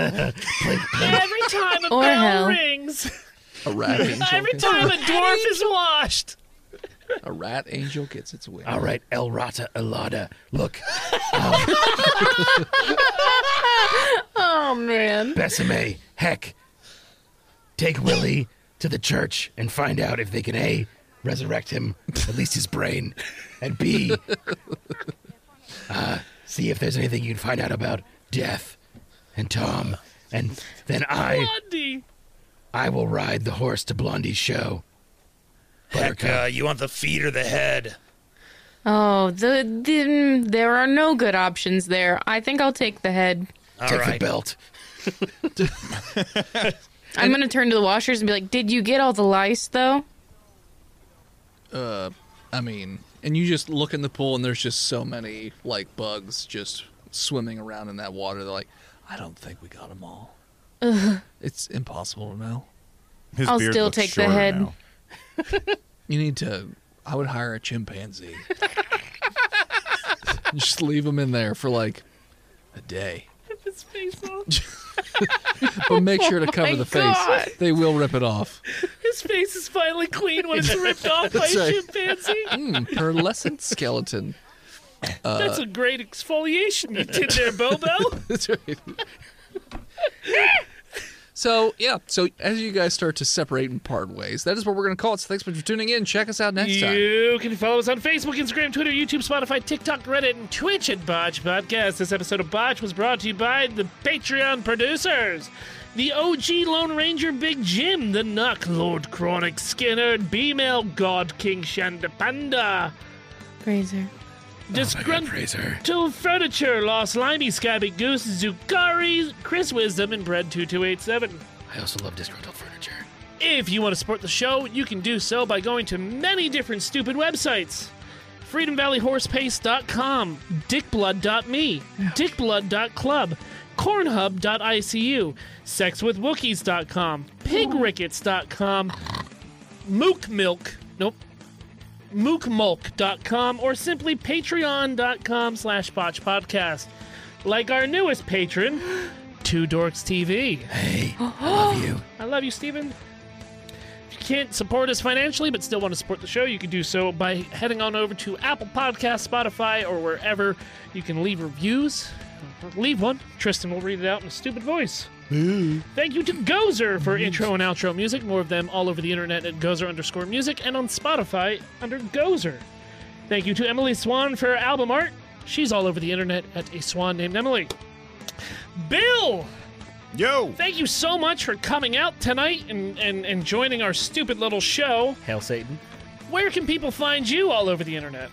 D: Every time a
E: Or
D: bell
E: hell.
D: rings,
C: A rat angel.
D: every
C: gets-
D: time a dwarf is washed.
C: a rat angel gets its wings.
H: All right, El Rata Elada. Look, um,
F: oh man.
H: Besame, heck, take Willie to the church and find out if they can A, resurrect him, at least his brain, and B, uh, see if there's anything you can find out about death and Tom. And then I,
D: Blondie.
H: I will ride the horse to Blondie's show.
E: Heck, uh, you want the feet or the head?
F: Oh, the, the mm, there are no good options there. I think I'll take the head.
E: All Take the right.
H: belt.
F: I'm gonna turn to the washers and be like, "Did you get all the lice though?"
C: uh, I mean, and you just look in the pool and there's just so many like bugs just swimming around in that water. They're like, I don't think we got them all.
F: Ugh.
C: It's impossible to know.
F: His I'll beard still looks take the shorter head. now.
C: you need to. I would hire a chimpanzee. just leave them in there for like a day,
D: His face all,
C: but make sure to
D: Oh
C: cover
D: my
C: the
D: God.
C: face. They will rip it off.
D: his face is finally clean when it's ripped off by
C: That's
D: a
C: right.
D: chimpanzee.
C: Mm, pearlescent skeleton. Uh,
D: That's a great exfoliation you did there, Bobo.
C: That's right. So yeah, so as you guys start to separate and part ways, that is what we're going to call it. So thanks for tuning in. Check us out next time.
D: You can follow us on Facebook, Instagram, Twitter, YouTube, Spotify, TikTok, Reddit, and Twitch at Botch Podcast. This episode of Botch was brought to you by the Patreon producers. The OG Lone Ranger Big Jim, the Nuck Lord Chronic Skinner, B-Mail God King Shandapanda,
F: Grazer.
C: Oh,
D: Disgruntled Furniture, Lost Limey, Skyby Goose, Zukari, Chris Wisdom, and Bread2287.
H: I also love disgruntled furniture.
D: If you want to support the show, you can do so by going to many different stupid websites. FreedomValleyHorsepaste.com, dickblood.me, dickblood.club, cornhub.icu, sexwithwookiees.com, pigrickets.com, mookmilk, nope, mookmulk.com, or simply patreon.com slash botchpodcast. Like our newest patron, Two Dorks TV.
H: Hey,
D: I
H: love you.
D: I love you, Steven. If you can't support us financially but still want to support the show, you can do so by heading on over to Apple Podcasts, Spotify, or wherever you can leave reviews. Leave one. Tristan will read it out in a stupid voice. Thank you to Gozer for intro and outro music. More of them all over the internet at Gozer underscore music and on Spotify under Gozer. Thank you to Emily Swan for album art. She's all over the internet at a swan named Emily. Bill!
G: Yo!
D: Thank you so much for coming out tonight and, and, and joining our stupid little show.
J: Hail Satan.
D: Where can people find you all over the internet?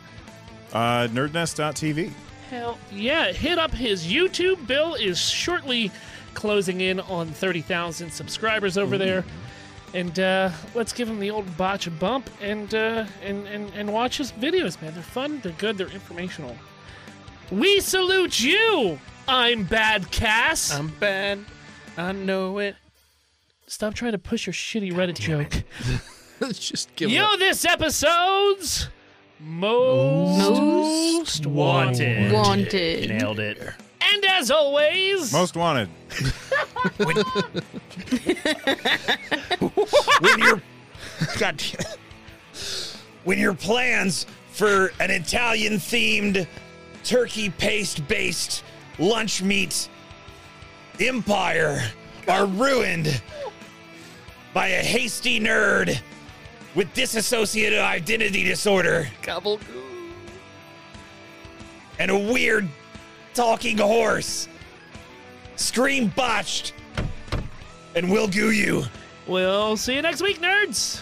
G: Uh, nerdnest.tv.
D: Hell yeah, hit up his YouTube. Bill is shortly closing in on 30,000 subscribers over there. And uh, let's give him the old botch bump and, uh, and, and, and watch his videos, man. They're fun, they're good, they're informational. We salute you! I'm Bad Cass. I'm
J: bad. I know it.
D: Stop trying to push your shitty Reddit joke.
C: Just give
D: you
C: it up.
D: this episode's most, most wanted.
F: Wanted.
J: Nailed it.
D: And as always,
G: Most wanted.
E: when your God, damn- when your plans for an Italian themed turkey paste based lunch meat empire are ruined by a hasty nerd with disassociative identity disorder
C: Gobble
E: and a weird talking horse scream botched and we'll goo you
D: we'll see you next week, nerds.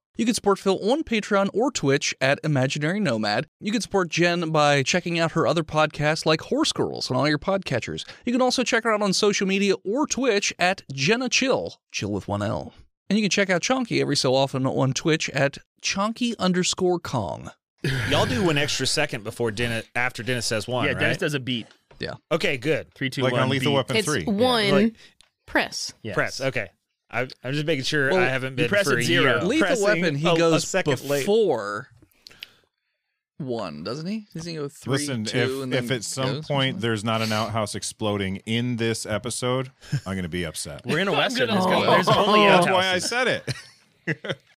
C: You can support Phil on Patreon or Twitch at Imaginary Nomad. You can support Jen by checking out her other podcasts like Horse Girls and all your podcatchers. You can also check her out on social media or Twitch at Jenna Chill, chill with one L. And you can check out Chonky every so often on Twitch at Chonky underscore Kong.
E: Y'all do an extra second before Dennis after Dennis says one.
J: Yeah,
E: right?
J: Dennis does a beat.
C: Yeah.
E: Okay, good.
J: Three, two,
E: Like on
J: one,
E: Lethal
J: beat.
E: Weapon
F: It's
E: three.
F: one
E: Yeah. Like-
F: press.
E: Press. Okay. I, I'm just making sure
C: Well,
E: I haven't
C: you
E: been
C: press
E: for
C: at
E: a
C: zero.
E: year.
C: Lethal
E: Oh. Pressing
C: Weapon, he
E: a- a
C: goes
E: second late.
C: before one, doesn't he? Doesn't he go three,
G: Listen,
C: two,
G: if,
C: and then
G: if at some
C: goes?
G: point there's not an outhouse exploding in this episode, I'm going to be upset.
J: We're in a western.
D: gonna-
J: There's, gonna, there's only
G: That's
J: outhouses.
G: why I said it.